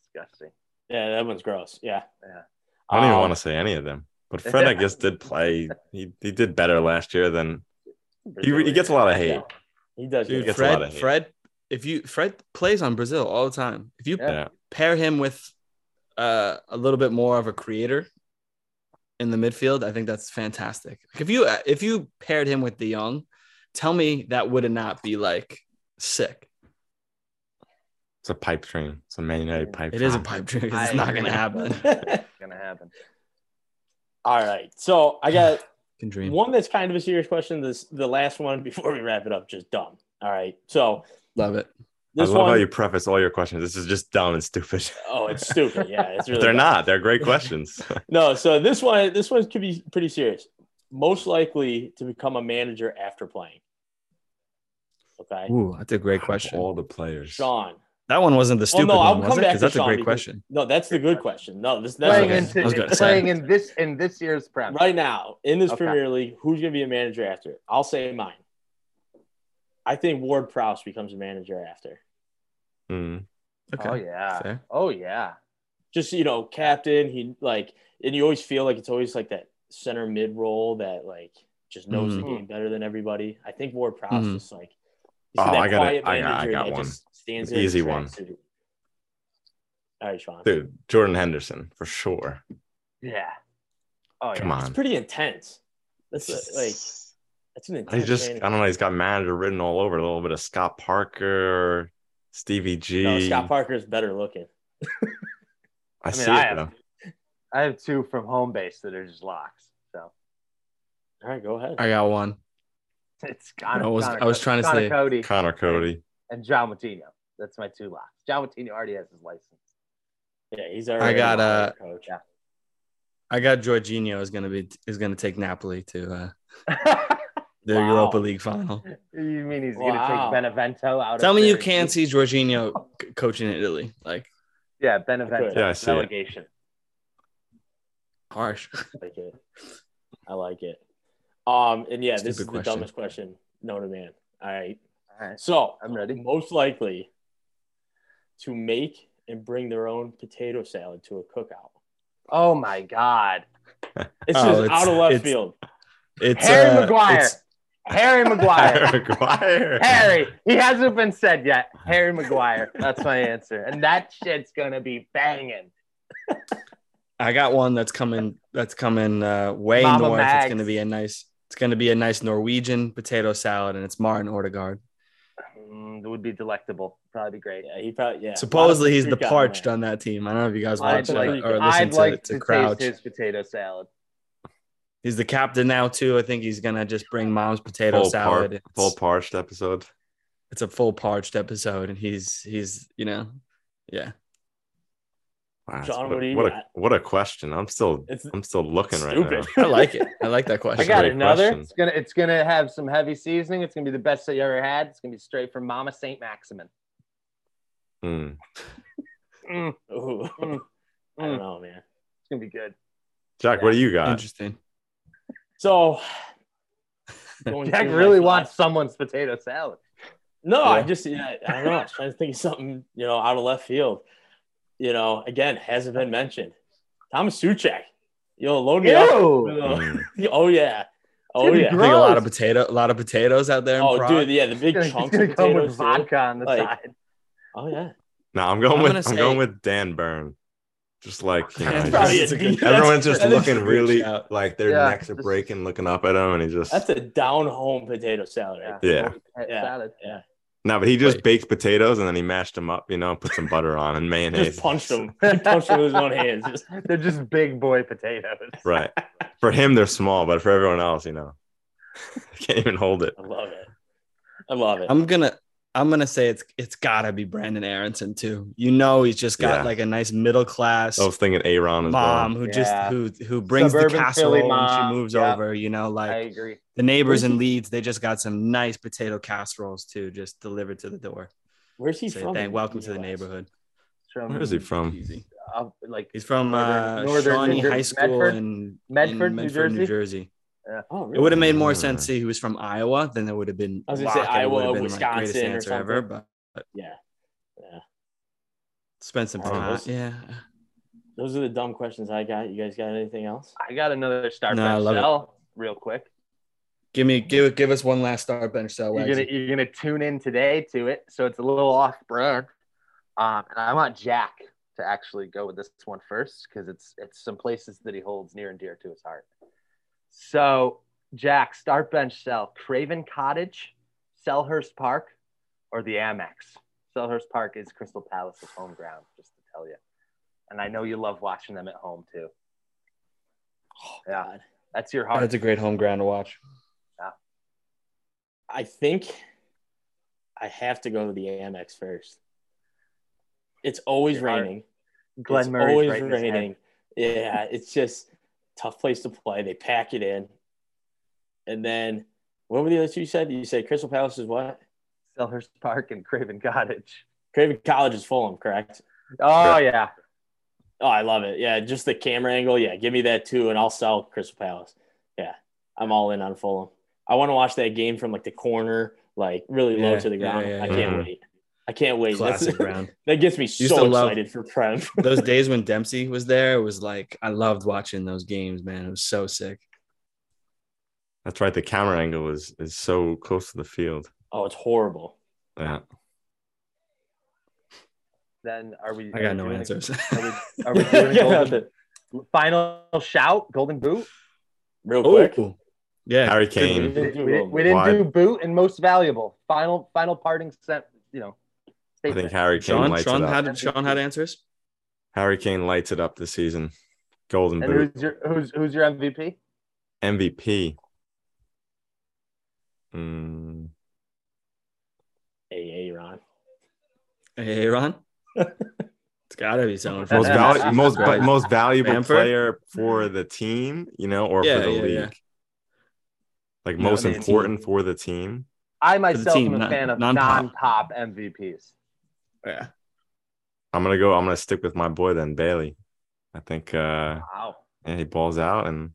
[SPEAKER 7] Disgusting.
[SPEAKER 5] yeah, that one's gross. Yeah.
[SPEAKER 7] Yeah.
[SPEAKER 1] I don't even
[SPEAKER 5] Um,
[SPEAKER 1] want to say any of them. But Fred, I guess, did play. He, he did better last year than he, he gets a lot of hate.
[SPEAKER 5] He does.
[SPEAKER 1] Dude,
[SPEAKER 5] get
[SPEAKER 6] Dude,
[SPEAKER 1] gets
[SPEAKER 5] it.
[SPEAKER 1] a lot
[SPEAKER 6] Fred.
[SPEAKER 1] of hate.
[SPEAKER 6] Fred. If you Fred plays on Brazil all the time. If you
[SPEAKER 7] Yeah.
[SPEAKER 1] Yeah.
[SPEAKER 6] pair him with uh, a little bit more of a creator in the midfield, I think that's fantastic. Like if you if you paired him with De Jong, tell me that would not be like Sick.
[SPEAKER 1] It's a pipe dream. It's a Man United
[SPEAKER 7] Yeah.
[SPEAKER 1] pipe.
[SPEAKER 6] It is a
[SPEAKER 1] dream.
[SPEAKER 6] pipe dream 'cause
[SPEAKER 7] I
[SPEAKER 6] it's not
[SPEAKER 7] agree.
[SPEAKER 6] gonna happen.
[SPEAKER 7] gonna happen.
[SPEAKER 5] All right. So I got
[SPEAKER 6] Can dream.
[SPEAKER 5] one that's kind of a serious question. This the last one before we wrap it up, just dumb. All right. So
[SPEAKER 6] Love it.
[SPEAKER 1] I
[SPEAKER 5] this
[SPEAKER 1] love how
[SPEAKER 5] one
[SPEAKER 1] you preface all your questions. This is just dumb and stupid.
[SPEAKER 5] oh, it's stupid. Yeah, it's really
[SPEAKER 1] They're
[SPEAKER 5] dumb.
[SPEAKER 1] not. They're great questions.
[SPEAKER 5] No, so this one this one could be pretty serious. Most likely to become a manager after playing. Okay.
[SPEAKER 6] Ooh, that's a great question.
[SPEAKER 1] All the players.
[SPEAKER 5] Sean.
[SPEAKER 6] That one wasn't the
[SPEAKER 5] Well,
[SPEAKER 6] stupid
[SPEAKER 5] no, I'll
[SPEAKER 6] one,
[SPEAKER 5] come
[SPEAKER 6] was it?
[SPEAKER 5] back
[SPEAKER 6] Because
[SPEAKER 5] to
[SPEAKER 6] that's a
[SPEAKER 5] Sean
[SPEAKER 6] great
[SPEAKER 5] because-
[SPEAKER 6] question.
[SPEAKER 5] No, that's the good question. No, this that's
[SPEAKER 7] Playing
[SPEAKER 6] okay.
[SPEAKER 5] the-
[SPEAKER 6] I was gonna
[SPEAKER 7] into
[SPEAKER 6] say.
[SPEAKER 7] playing in this in this year's prem.
[SPEAKER 5] right now in this
[SPEAKER 7] Okay.
[SPEAKER 5] Premier League, who's going to be a manager after? I'll say mine. I think Ward Prowse becomes a manager after.
[SPEAKER 1] Mm.
[SPEAKER 6] Okay.
[SPEAKER 7] Oh yeah.
[SPEAKER 6] Fair.
[SPEAKER 7] Oh yeah.
[SPEAKER 5] Just you know, captain. He like, and you always feel like it's always like that center mid role that like just knows the
[SPEAKER 1] Mm-hmm.
[SPEAKER 7] Mhm.
[SPEAKER 5] game better than everybody. I think Ward Prowse
[SPEAKER 6] Mhm.
[SPEAKER 5] is like. you see
[SPEAKER 1] Oh,
[SPEAKER 5] that
[SPEAKER 1] I got it. I
[SPEAKER 5] quiet
[SPEAKER 1] got- I
[SPEAKER 5] manager
[SPEAKER 1] got
[SPEAKER 5] that
[SPEAKER 1] one.
[SPEAKER 5] just Stands
[SPEAKER 1] An
[SPEAKER 5] there in
[SPEAKER 1] easy
[SPEAKER 5] his
[SPEAKER 1] one.
[SPEAKER 5] tracksuit. All right, Sean.
[SPEAKER 1] Dude, Jordan Henderson for sure.
[SPEAKER 7] Yeah. Oh
[SPEAKER 1] Come
[SPEAKER 7] yeah.
[SPEAKER 5] It's
[SPEAKER 1] on.
[SPEAKER 5] pretty intense. That's uh, like that's an
[SPEAKER 1] He
[SPEAKER 5] intense.
[SPEAKER 1] just, I
[SPEAKER 5] manager.
[SPEAKER 1] don't know. He's got manager written all over. A little bit of Scott Parker, Stevie G.
[SPEAKER 5] No, Oh, Scott Parker's better looking.
[SPEAKER 1] I,
[SPEAKER 7] mean,
[SPEAKER 1] see
[SPEAKER 7] I
[SPEAKER 1] it
[SPEAKER 7] have-
[SPEAKER 1] though.
[SPEAKER 7] I have two from home base that are just locks. So
[SPEAKER 5] All right, go ahead.
[SPEAKER 6] I got one.
[SPEAKER 7] it's Connor.
[SPEAKER 6] I was-
[SPEAKER 7] Connor
[SPEAKER 6] I was
[SPEAKER 7] Co-
[SPEAKER 6] trying to
[SPEAKER 7] Connor
[SPEAKER 6] say-
[SPEAKER 7] Cody
[SPEAKER 1] Connor Cody.
[SPEAKER 7] and John Martino. That's my two locks. John Martino already has his license.
[SPEAKER 5] Yeah, he's already.
[SPEAKER 6] got,
[SPEAKER 5] a
[SPEAKER 6] uh,
[SPEAKER 5] coach.
[SPEAKER 7] yeah.
[SPEAKER 6] I got Jorginho is gonna be is gonna take Napoli to uh, the
[SPEAKER 5] Wow.
[SPEAKER 6] Europa League final.
[SPEAKER 7] you mean he's
[SPEAKER 5] Wow.
[SPEAKER 7] gonna take Benevento out?
[SPEAKER 6] Tell
[SPEAKER 7] of
[SPEAKER 6] me you
[SPEAKER 7] Serie
[SPEAKER 6] can't
[SPEAKER 7] B?
[SPEAKER 6] see Jorginho c- coaching in Italy. Like
[SPEAKER 7] Yeah, Benevento
[SPEAKER 1] Yeah, I see it.
[SPEAKER 7] relegation.
[SPEAKER 6] harsh.
[SPEAKER 5] I like it. I like it. Um, and yeah, this
[SPEAKER 6] Stupid
[SPEAKER 5] is the
[SPEAKER 6] question.
[SPEAKER 5] dumbest question known to man. All right,
[SPEAKER 7] All right,
[SPEAKER 5] so
[SPEAKER 7] I'm ready.
[SPEAKER 5] most likely to make and bring their own potato salad to a cookout.
[SPEAKER 7] Oh my God,
[SPEAKER 5] It's
[SPEAKER 6] Oh,
[SPEAKER 5] just
[SPEAKER 6] it's-
[SPEAKER 5] out of left
[SPEAKER 6] it's-
[SPEAKER 5] field.
[SPEAKER 6] It's
[SPEAKER 7] Harry
[SPEAKER 6] uh,
[SPEAKER 7] Maguire.
[SPEAKER 6] it's-
[SPEAKER 7] Harry Maguire.
[SPEAKER 1] Harry Maguire.
[SPEAKER 7] Harry. He hasn't been said yet. Harry Maguire. That's my answer. And that shit's gonna be banging.
[SPEAKER 6] I got one that's coming that's coming uh, way
[SPEAKER 7] Mama
[SPEAKER 6] north.
[SPEAKER 7] Mags.
[SPEAKER 6] It's gonna be a nice it's gonna be a nice Norwegian potato salad, and it's Martin Odegaard.
[SPEAKER 7] Mm, it would be delectable. Probably be great.
[SPEAKER 5] Yeah, he probably yeah.
[SPEAKER 6] Supposedly he's the
[SPEAKER 5] Lot of
[SPEAKER 6] parched
[SPEAKER 5] freak
[SPEAKER 6] on that team. I don't know if you guys
[SPEAKER 7] I'd
[SPEAKER 6] watch that
[SPEAKER 5] like-
[SPEAKER 6] or listen
[SPEAKER 7] I'd
[SPEAKER 6] to,
[SPEAKER 7] like
[SPEAKER 6] to,
[SPEAKER 7] to,
[SPEAKER 6] Crouch.
[SPEAKER 7] taste his potato salad.
[SPEAKER 6] He's the captain now too. I think he's gonna just bring mom's potato
[SPEAKER 1] Full,
[SPEAKER 6] salad.
[SPEAKER 1] par-
[SPEAKER 6] It's-
[SPEAKER 1] full parched episode.
[SPEAKER 6] it's a full parched episode and he's he's you know yeah
[SPEAKER 1] Wow, that's-
[SPEAKER 5] John,
[SPEAKER 1] what,
[SPEAKER 5] what do
[SPEAKER 1] a,
[SPEAKER 5] you
[SPEAKER 1] what, a,
[SPEAKER 5] got?
[SPEAKER 1] what a question. I'm still
[SPEAKER 5] It's
[SPEAKER 1] I'm still looking right
[SPEAKER 5] stupid.
[SPEAKER 1] now.
[SPEAKER 6] i like it i like that
[SPEAKER 7] I
[SPEAKER 6] question
[SPEAKER 7] got
[SPEAKER 1] great
[SPEAKER 7] another.
[SPEAKER 1] question.
[SPEAKER 7] It's gonna it's gonna have some heavy seasoning. It's gonna be the best that you ever had. It's gonna be straight from Mama Saint Maximin.
[SPEAKER 1] Mm.
[SPEAKER 7] Mm, it's
[SPEAKER 5] Ooh. I
[SPEAKER 7] Mm.
[SPEAKER 5] don't know, man.
[SPEAKER 7] gonna be good.
[SPEAKER 1] Jack, what do you got?
[SPEAKER 6] interesting
[SPEAKER 5] So going
[SPEAKER 7] Jack
[SPEAKER 5] through, like,
[SPEAKER 7] really
[SPEAKER 5] the
[SPEAKER 7] wants
[SPEAKER 5] last-
[SPEAKER 7] someone's potato salad.
[SPEAKER 5] No, I
[SPEAKER 6] Yeah.
[SPEAKER 5] just yeah, I don't know. I was trying to think of something, you know, out of left field. You know, again, hasn't been mentioned. Thomas Suchek. Yo, load me up.
[SPEAKER 7] Ew.
[SPEAKER 1] Mm.
[SPEAKER 5] Oh yeah. Oh
[SPEAKER 7] gonna be
[SPEAKER 5] yeah.
[SPEAKER 6] i think a lot of
[SPEAKER 7] Gross.
[SPEAKER 6] potato a lot of potatoes out there in
[SPEAKER 5] Oh
[SPEAKER 6] Prague.
[SPEAKER 5] dude, yeah, the big
[SPEAKER 7] It's gonna,
[SPEAKER 5] chunks
[SPEAKER 7] it's gonna
[SPEAKER 5] of
[SPEAKER 7] come with
[SPEAKER 5] potatoes. dude.
[SPEAKER 7] vodka on the
[SPEAKER 5] Like-
[SPEAKER 7] side.
[SPEAKER 5] Oh yeah.
[SPEAKER 1] No, I'm going
[SPEAKER 6] I'm
[SPEAKER 1] with
[SPEAKER 6] gonna
[SPEAKER 1] I'm
[SPEAKER 6] say-
[SPEAKER 1] going with Dan Byrne. Just like you know,
[SPEAKER 5] That's
[SPEAKER 1] he
[SPEAKER 5] probably
[SPEAKER 1] just-
[SPEAKER 5] a deep-
[SPEAKER 1] everyone's
[SPEAKER 5] that's-
[SPEAKER 1] just
[SPEAKER 5] that is-
[SPEAKER 1] looking really
[SPEAKER 6] shout.
[SPEAKER 1] like their
[SPEAKER 7] Yeah,
[SPEAKER 1] necks are
[SPEAKER 7] just-
[SPEAKER 1] breaking, looking up at him, and he just
[SPEAKER 5] That's a down home potato salad. right?
[SPEAKER 1] yeah.
[SPEAKER 5] Yeah.
[SPEAKER 7] Salad.
[SPEAKER 1] No, but he just
[SPEAKER 6] Wait.
[SPEAKER 1] baked potatoes and then he mashed them up, you know, put some butter on and mayonnaise.
[SPEAKER 5] Just punched him. He punched him with his own hands. Just,
[SPEAKER 7] They're just big boy potatoes.
[SPEAKER 1] Right. For him, they're small, but for everyone else, you know, can't even hold it.
[SPEAKER 5] I love it. I love it.
[SPEAKER 6] i'm gonna i'm gonna say it's it's gotta be brandon aronson too you know he's just got
[SPEAKER 1] Yeah.
[SPEAKER 6] like a nice middle class
[SPEAKER 1] I was thinking Aaron as
[SPEAKER 6] mom who
[SPEAKER 7] Yeah.
[SPEAKER 6] just who who brings
[SPEAKER 7] Suburban
[SPEAKER 6] the
[SPEAKER 7] Philly
[SPEAKER 6] casserole when she
[SPEAKER 7] mom.
[SPEAKER 6] moves
[SPEAKER 7] Yep.
[SPEAKER 6] over you know like
[SPEAKER 7] I agree.
[SPEAKER 6] the neighbors in leeds they just got some nice potato casseroles too just delivered to the door
[SPEAKER 5] Where's he
[SPEAKER 6] Say
[SPEAKER 5] from?
[SPEAKER 6] thank-
[SPEAKER 5] in
[SPEAKER 6] welcome to the
[SPEAKER 5] US?
[SPEAKER 6] neighborhood
[SPEAKER 1] well.
[SPEAKER 7] From,
[SPEAKER 1] Where is he from?
[SPEAKER 6] easy
[SPEAKER 7] up- like
[SPEAKER 6] He's from uh,
[SPEAKER 7] Northern- Northern
[SPEAKER 6] Shawnee
[SPEAKER 7] New Jer-
[SPEAKER 6] High School
[SPEAKER 7] Medford?
[SPEAKER 6] in
[SPEAKER 7] Medford,
[SPEAKER 6] in
[SPEAKER 7] New
[SPEAKER 6] Medford, New
[SPEAKER 7] Jersey?
[SPEAKER 6] Jersey.
[SPEAKER 5] Oh,
[SPEAKER 6] It would
[SPEAKER 5] really?
[SPEAKER 6] have made more
[SPEAKER 1] Mm.
[SPEAKER 6] sense if he was from Iowa than it would have been.
[SPEAKER 5] I was gonna say
[SPEAKER 6] Locke, and it would
[SPEAKER 5] Iowa,
[SPEAKER 6] have been, like, greatest
[SPEAKER 5] Wisconsin or
[SPEAKER 6] answer Ever,
[SPEAKER 5] something.
[SPEAKER 6] but
[SPEAKER 5] Yeah.
[SPEAKER 6] spent some
[SPEAKER 1] Oh,
[SPEAKER 6] time.
[SPEAKER 1] those-
[SPEAKER 6] Yeah.
[SPEAKER 5] Those are the dumb questions I got. You guys got anything else?
[SPEAKER 7] I got another star
[SPEAKER 6] No, I
[SPEAKER 7] no,
[SPEAKER 6] love it.
[SPEAKER 7] cell real quick.
[SPEAKER 6] Give me give give us one last star bench cell.
[SPEAKER 7] You're gonna you're gonna tune in today to it, so it's a little off brand. Um, and I want Jack to actually go with this one first because it's it's some places that he holds near and dear to his heart. So Jack, start bench sell Craven Cottage, Selhurst Park, or the Amex. Selhurst Park is Crystal Palace's home ground, just to tell you. And I know you love watching them at home too. Yeah.
[SPEAKER 5] God.
[SPEAKER 7] That's your heart.
[SPEAKER 6] That's a great home ground to watch.
[SPEAKER 5] I think I have to go to the Amex first. It's always
[SPEAKER 7] Your heart.
[SPEAKER 5] raining.
[SPEAKER 7] Glenn
[SPEAKER 5] it's
[SPEAKER 7] Murray's
[SPEAKER 5] always
[SPEAKER 7] right in his head.
[SPEAKER 5] raining. Yeah, it's just tough place to play. They pack it in, and then what were the other two you said? You said Crystal Palace is what?
[SPEAKER 7] Selhurst Park and Craven Cottage.
[SPEAKER 5] Craven College is Fulham, correct?
[SPEAKER 7] Oh yeah.
[SPEAKER 5] Oh, I love it. Yeah, just the camera angle. Yeah, give me that too, and I'll sell Crystal Palace. Yeah, I'm all in on Fulham. I want to watch that game from like the corner, like really low
[SPEAKER 6] Yeah,
[SPEAKER 5] to the
[SPEAKER 6] yeah,
[SPEAKER 5] ground.
[SPEAKER 6] yeah,
[SPEAKER 1] yeah.
[SPEAKER 5] I can't
[SPEAKER 1] Mhm.
[SPEAKER 5] wait. I can't wait. That's-
[SPEAKER 6] Classic ground.
[SPEAKER 5] that gets me
[SPEAKER 6] to
[SPEAKER 5] so
[SPEAKER 6] love-
[SPEAKER 5] excited for Prem.
[SPEAKER 6] Those days when Dempsey was there, it was like I loved watching those games, man. It was so sick.
[SPEAKER 1] That's right. The camera angle is is so close to the field.
[SPEAKER 5] oh, it's horrible.
[SPEAKER 1] Yeah.
[SPEAKER 7] Then are we?
[SPEAKER 6] I
[SPEAKER 7] are
[SPEAKER 6] got
[SPEAKER 7] we
[SPEAKER 6] no
[SPEAKER 7] doing-
[SPEAKER 6] answers.
[SPEAKER 7] Are we, are we doing golden,
[SPEAKER 5] Real
[SPEAKER 7] final shout? Golden boot.
[SPEAKER 5] quick.
[SPEAKER 6] Ooh. Oh, Yeah.
[SPEAKER 1] Harry
[SPEAKER 5] We
[SPEAKER 1] Kane.
[SPEAKER 5] didn't
[SPEAKER 7] We,
[SPEAKER 5] do
[SPEAKER 7] we
[SPEAKER 5] Golden Boot.
[SPEAKER 7] didn't
[SPEAKER 1] Why?
[SPEAKER 7] do boot and most valuable. Final final parting sent. You know.
[SPEAKER 1] I think Harry Kane
[SPEAKER 6] Sean,
[SPEAKER 1] lights
[SPEAKER 6] Sean
[SPEAKER 1] it up.
[SPEAKER 6] had Sean had answers.
[SPEAKER 1] Harry Kane lights it up this season. Golden
[SPEAKER 7] and
[SPEAKER 1] boot.
[SPEAKER 7] who's your who's who's your MVP?
[SPEAKER 1] MVP. Mm,
[SPEAKER 5] Hey, hey, Ron.
[SPEAKER 6] Hey, Ron. it's gotta be someone. from
[SPEAKER 1] most
[SPEAKER 6] the
[SPEAKER 1] valu-
[SPEAKER 6] Mets.
[SPEAKER 1] most but most valuable
[SPEAKER 6] Bamford?
[SPEAKER 1] player for the team, you know, or
[SPEAKER 6] Yeah,
[SPEAKER 1] for the
[SPEAKER 6] yeah,
[SPEAKER 1] league.
[SPEAKER 6] yeah.
[SPEAKER 1] Like
[SPEAKER 6] Yeah,
[SPEAKER 1] most
[SPEAKER 7] I mean-
[SPEAKER 1] important for the team.
[SPEAKER 7] I myself
[SPEAKER 6] team,
[SPEAKER 7] am a
[SPEAKER 6] not-
[SPEAKER 7] fan of
[SPEAKER 6] non-pop.
[SPEAKER 7] non-pop MVPs.
[SPEAKER 6] Yeah.
[SPEAKER 1] I'm gonna go. I'm gonna stick with my boy then Bailey. I think uh
[SPEAKER 7] Wow.
[SPEAKER 1] yeah, he balls out, and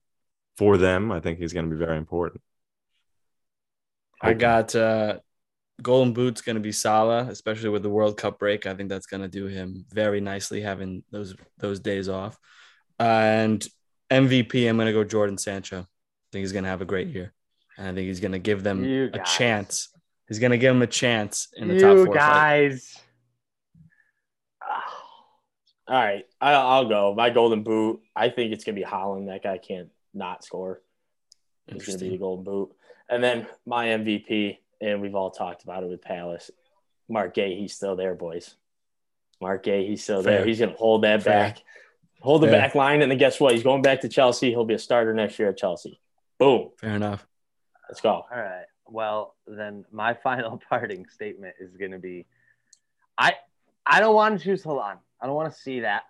[SPEAKER 1] for them, I think he's gonna be very important.
[SPEAKER 6] I got uh Golden Boot's gonna be Salah, especially with the World Cup break. I think that's gonna do him very nicely having those those days off. And MVP, I'm gonna go Jordan Sancho. I think he's gonna have a great year. And I think he's gonna give them
[SPEAKER 7] You
[SPEAKER 6] a
[SPEAKER 7] guys.
[SPEAKER 6] chance. He's gonna give them a chance in the top
[SPEAKER 7] You
[SPEAKER 6] four. fight.
[SPEAKER 7] guys. Ah.
[SPEAKER 5] All right, I, I'll go. My Golden Boot. I think it's gonna be Holland. That guy can't not score. He's gonna be the
[SPEAKER 6] Interesting.
[SPEAKER 5] Golden Boot. And then my MVP, and we've all talked about it with Palace. Mark Gay, he's still there, boys. Mark Gay, he's still there.
[SPEAKER 6] Fair.
[SPEAKER 5] He's gonna hold that
[SPEAKER 6] Fair.
[SPEAKER 5] back, hold the
[SPEAKER 6] Fair.
[SPEAKER 5] back line, and then guess what? He's going back to Chelsea. He'll be a starter next year at Chelsea. Boom.
[SPEAKER 6] Fair enough.
[SPEAKER 5] Let's go.
[SPEAKER 7] All right. Well, then my final parting statement is going to be I I don't want to choose Halan. I don't want to see that.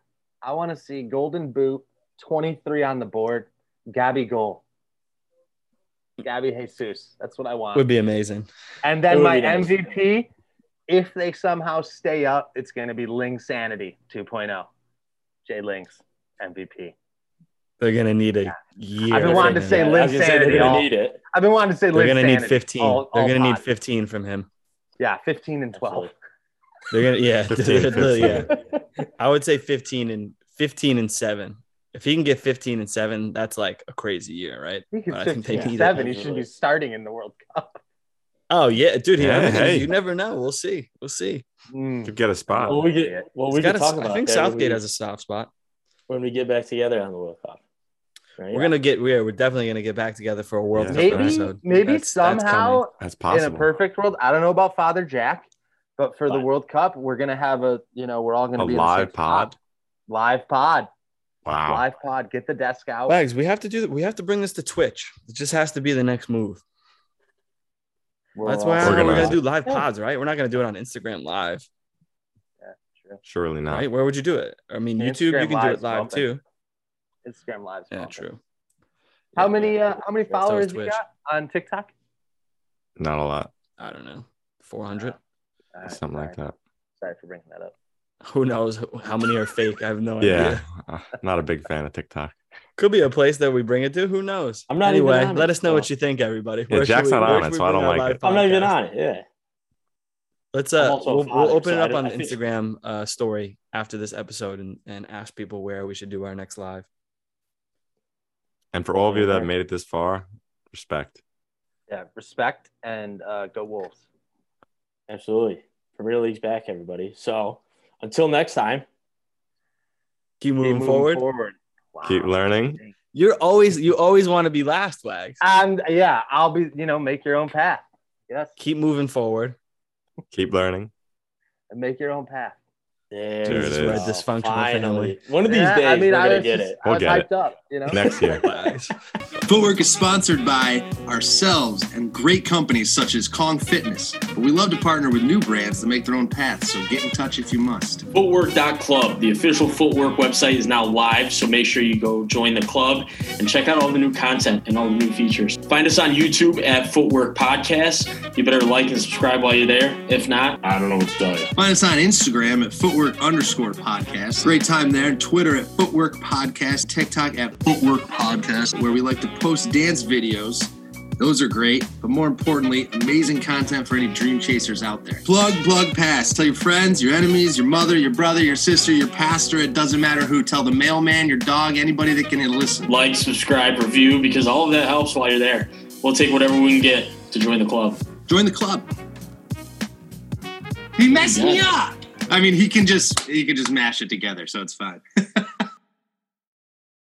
[SPEAKER 7] I want to see Golden Boot 23 on the board, Gabby goal. Gabby Jesus. That's what I want.
[SPEAKER 6] Would be amazing.
[SPEAKER 7] and
[SPEAKER 5] it
[SPEAKER 7] then
[SPEAKER 5] would
[SPEAKER 7] my
[SPEAKER 5] be nice.
[SPEAKER 7] MVP if they somehow stay up, it's going to be Ling Sanity 2.0. Jay Ling's MVP.
[SPEAKER 6] They're gonna need a year.
[SPEAKER 7] I've been
[SPEAKER 6] from
[SPEAKER 7] wanting to
[SPEAKER 6] him.
[SPEAKER 7] say
[SPEAKER 5] I was gonna say they're
[SPEAKER 7] Insanity,
[SPEAKER 5] gonna
[SPEAKER 7] all-
[SPEAKER 5] need it.
[SPEAKER 7] I've been wanting to say
[SPEAKER 6] They're
[SPEAKER 7] Ling
[SPEAKER 6] gonna need
[SPEAKER 7] Sanity
[SPEAKER 6] 15.
[SPEAKER 7] all-
[SPEAKER 6] They're
[SPEAKER 7] all
[SPEAKER 6] gonna need
[SPEAKER 7] pod.
[SPEAKER 6] 15 from him.
[SPEAKER 7] Yeah, 15 and 12.
[SPEAKER 6] They're gonna yeah,
[SPEAKER 1] 15,
[SPEAKER 6] they're- they're- yeah.
[SPEAKER 1] 15.
[SPEAKER 6] I would say 15 and 15 and 7. If he can get 15 and 7, that's like a crazy year, right?
[SPEAKER 7] He could
[SPEAKER 6] But I
[SPEAKER 7] sit
[SPEAKER 6] think they
[SPEAKER 7] to
[SPEAKER 6] need
[SPEAKER 7] seven.
[SPEAKER 5] it.
[SPEAKER 7] He should be starting in the World Cup.
[SPEAKER 6] Oh yeah, dude, he-
[SPEAKER 1] Yeah, hey.
[SPEAKER 6] you never know. We'll see. We'll see. Hmm.
[SPEAKER 1] Could get a spot.
[SPEAKER 5] Well, we could, well, we
[SPEAKER 6] He's got
[SPEAKER 5] could
[SPEAKER 6] a-
[SPEAKER 5] talk about
[SPEAKER 6] I think
[SPEAKER 5] that when
[SPEAKER 6] Southgate
[SPEAKER 5] we-
[SPEAKER 6] has a soft spot.
[SPEAKER 5] when we get back together on the World Cup. Right?
[SPEAKER 6] We're gonna get we're we're definitely gonna get back together for a World
[SPEAKER 1] Yeah.
[SPEAKER 6] Cup
[SPEAKER 7] Maybe,
[SPEAKER 6] episode.
[SPEAKER 7] maybe
[SPEAKER 6] That's- that's
[SPEAKER 7] somehow
[SPEAKER 1] That's
[SPEAKER 7] in a
[SPEAKER 1] possible.
[SPEAKER 7] perfect world, I don't know about Father Jack, but for the
[SPEAKER 5] Fine.
[SPEAKER 7] World Cup, we're gonna have a you know we're all gonna
[SPEAKER 1] a
[SPEAKER 7] be in the
[SPEAKER 1] live
[SPEAKER 7] same
[SPEAKER 1] pod.
[SPEAKER 7] spot. live pod,
[SPEAKER 1] Wow.
[SPEAKER 7] live pod. Get the desk
[SPEAKER 6] coming.
[SPEAKER 7] out.
[SPEAKER 6] Bags, we have to do that. We have to bring this to Twitch. It just has to be the next move.
[SPEAKER 5] We're
[SPEAKER 6] That's
[SPEAKER 5] all-
[SPEAKER 6] why I don't know, we're gonna
[SPEAKER 1] Organized.
[SPEAKER 6] do live pods, right? We're not gonna do it on Instagram live,
[SPEAKER 7] Sure.
[SPEAKER 1] Surely not.
[SPEAKER 6] right? Where would you do it? I mean,
[SPEAKER 7] Instagram
[SPEAKER 6] YouTube, you can do
[SPEAKER 7] Live's
[SPEAKER 6] it live
[SPEAKER 7] bumping.
[SPEAKER 6] too.
[SPEAKER 7] Instagram live.
[SPEAKER 6] Yeah, true.
[SPEAKER 7] How
[SPEAKER 6] Yeah.
[SPEAKER 7] many uh, how many
[SPEAKER 6] That's always
[SPEAKER 7] followers you
[SPEAKER 6] Twitch.
[SPEAKER 7] got on TikTok?
[SPEAKER 1] Not a lot.
[SPEAKER 6] I don't know. 400.
[SPEAKER 7] All right,
[SPEAKER 1] Something like
[SPEAKER 7] sorry.
[SPEAKER 1] that.
[SPEAKER 7] Sorry for bringing that up.
[SPEAKER 6] Who knows how many are fake? I have no idea.
[SPEAKER 1] Yeah. Uh, Not a big fan of TikTok.
[SPEAKER 6] Could be a place that we bring it to. Who knows?
[SPEAKER 5] I'm not
[SPEAKER 6] anyway.
[SPEAKER 5] even on
[SPEAKER 6] let
[SPEAKER 5] it,
[SPEAKER 6] us know
[SPEAKER 5] so-
[SPEAKER 6] what you think, everybody.
[SPEAKER 1] Yeah,
[SPEAKER 6] should
[SPEAKER 1] Jack's not on
[SPEAKER 6] should
[SPEAKER 1] it, so I
[SPEAKER 6] bring
[SPEAKER 1] don't
[SPEAKER 6] our
[SPEAKER 1] like
[SPEAKER 6] live
[SPEAKER 1] it.
[SPEAKER 5] I'm not even
[SPEAKER 6] podcast?
[SPEAKER 5] on it. Yeah.
[SPEAKER 6] Let's
[SPEAKER 5] I'm
[SPEAKER 6] uh,
[SPEAKER 5] also a
[SPEAKER 6] we'll,
[SPEAKER 5] father,
[SPEAKER 6] we'll open
[SPEAKER 5] so
[SPEAKER 6] it
[SPEAKER 5] I
[SPEAKER 6] up
[SPEAKER 5] don't-
[SPEAKER 6] on
[SPEAKER 5] I think-
[SPEAKER 6] Instagram uh, story after this episode and and ask people where we should do our next live.
[SPEAKER 1] And for all of you that
[SPEAKER 5] Okay.
[SPEAKER 1] made it this far, respect.
[SPEAKER 7] Yeah, respect and uh, go Wolves.
[SPEAKER 5] Absolutely. Premier League's back, everybody. So until next time,
[SPEAKER 6] Keep moving,
[SPEAKER 7] Keep
[SPEAKER 6] forward.
[SPEAKER 7] Wow.
[SPEAKER 1] Keep learning.
[SPEAKER 6] You're always you always want to be last, Wags.
[SPEAKER 5] Ah.
[SPEAKER 7] And yeah, I'll be you know make your own path. Yes.
[SPEAKER 6] Keep moving forward.
[SPEAKER 1] Keep learning.
[SPEAKER 7] and make your own path.
[SPEAKER 6] There
[SPEAKER 1] There
[SPEAKER 6] we
[SPEAKER 1] it
[SPEAKER 6] go.
[SPEAKER 1] is.
[SPEAKER 8] We're a dysfunctional
[SPEAKER 6] Finally. One of these
[SPEAKER 7] Yeah,
[SPEAKER 6] days,
[SPEAKER 7] I mean,
[SPEAKER 6] we're
[SPEAKER 7] I
[SPEAKER 6] gonna
[SPEAKER 7] was,
[SPEAKER 6] get
[SPEAKER 7] just-
[SPEAKER 6] it.
[SPEAKER 7] I
[SPEAKER 1] We'll
[SPEAKER 7] was
[SPEAKER 1] get it.
[SPEAKER 7] hyped up, you know.
[SPEAKER 1] Next year.
[SPEAKER 4] Footwork is sponsored by ourselves and great companies such as Kong Fitness. But we love to partner with new brands to make their own paths, so get in touch if you must.
[SPEAKER 5] Footwork.club, the official Footwork website, is now live, so make sure you go join the club and check out all the new content and all the new features. Find us on YouTube at Footwork Podcast. You better like and subscribe while you're there. If not, I don't know what to tell you.
[SPEAKER 4] Find us on Instagram at footwork underscore podcast. Great time there. And Twitter at footwork podcast. TikTok at footwork podcast, where we like to post dance videos. Those are great, but more importantly, amazing content for any dream chasers out there. Plug, plug, pass. Tell your friends, your enemies, your mother, your brother, your sister, your pastor. It doesn't matter who. Tell the mailman, your dog, anybody that can listen.
[SPEAKER 5] Like, subscribe, review, because all of that helps while you're there. We'll take whatever we can get to join the club.
[SPEAKER 4] Join the club. He messed me
[SPEAKER 5] Yes.
[SPEAKER 4] up. I mean, he can just he can just mash it together, so it's fine.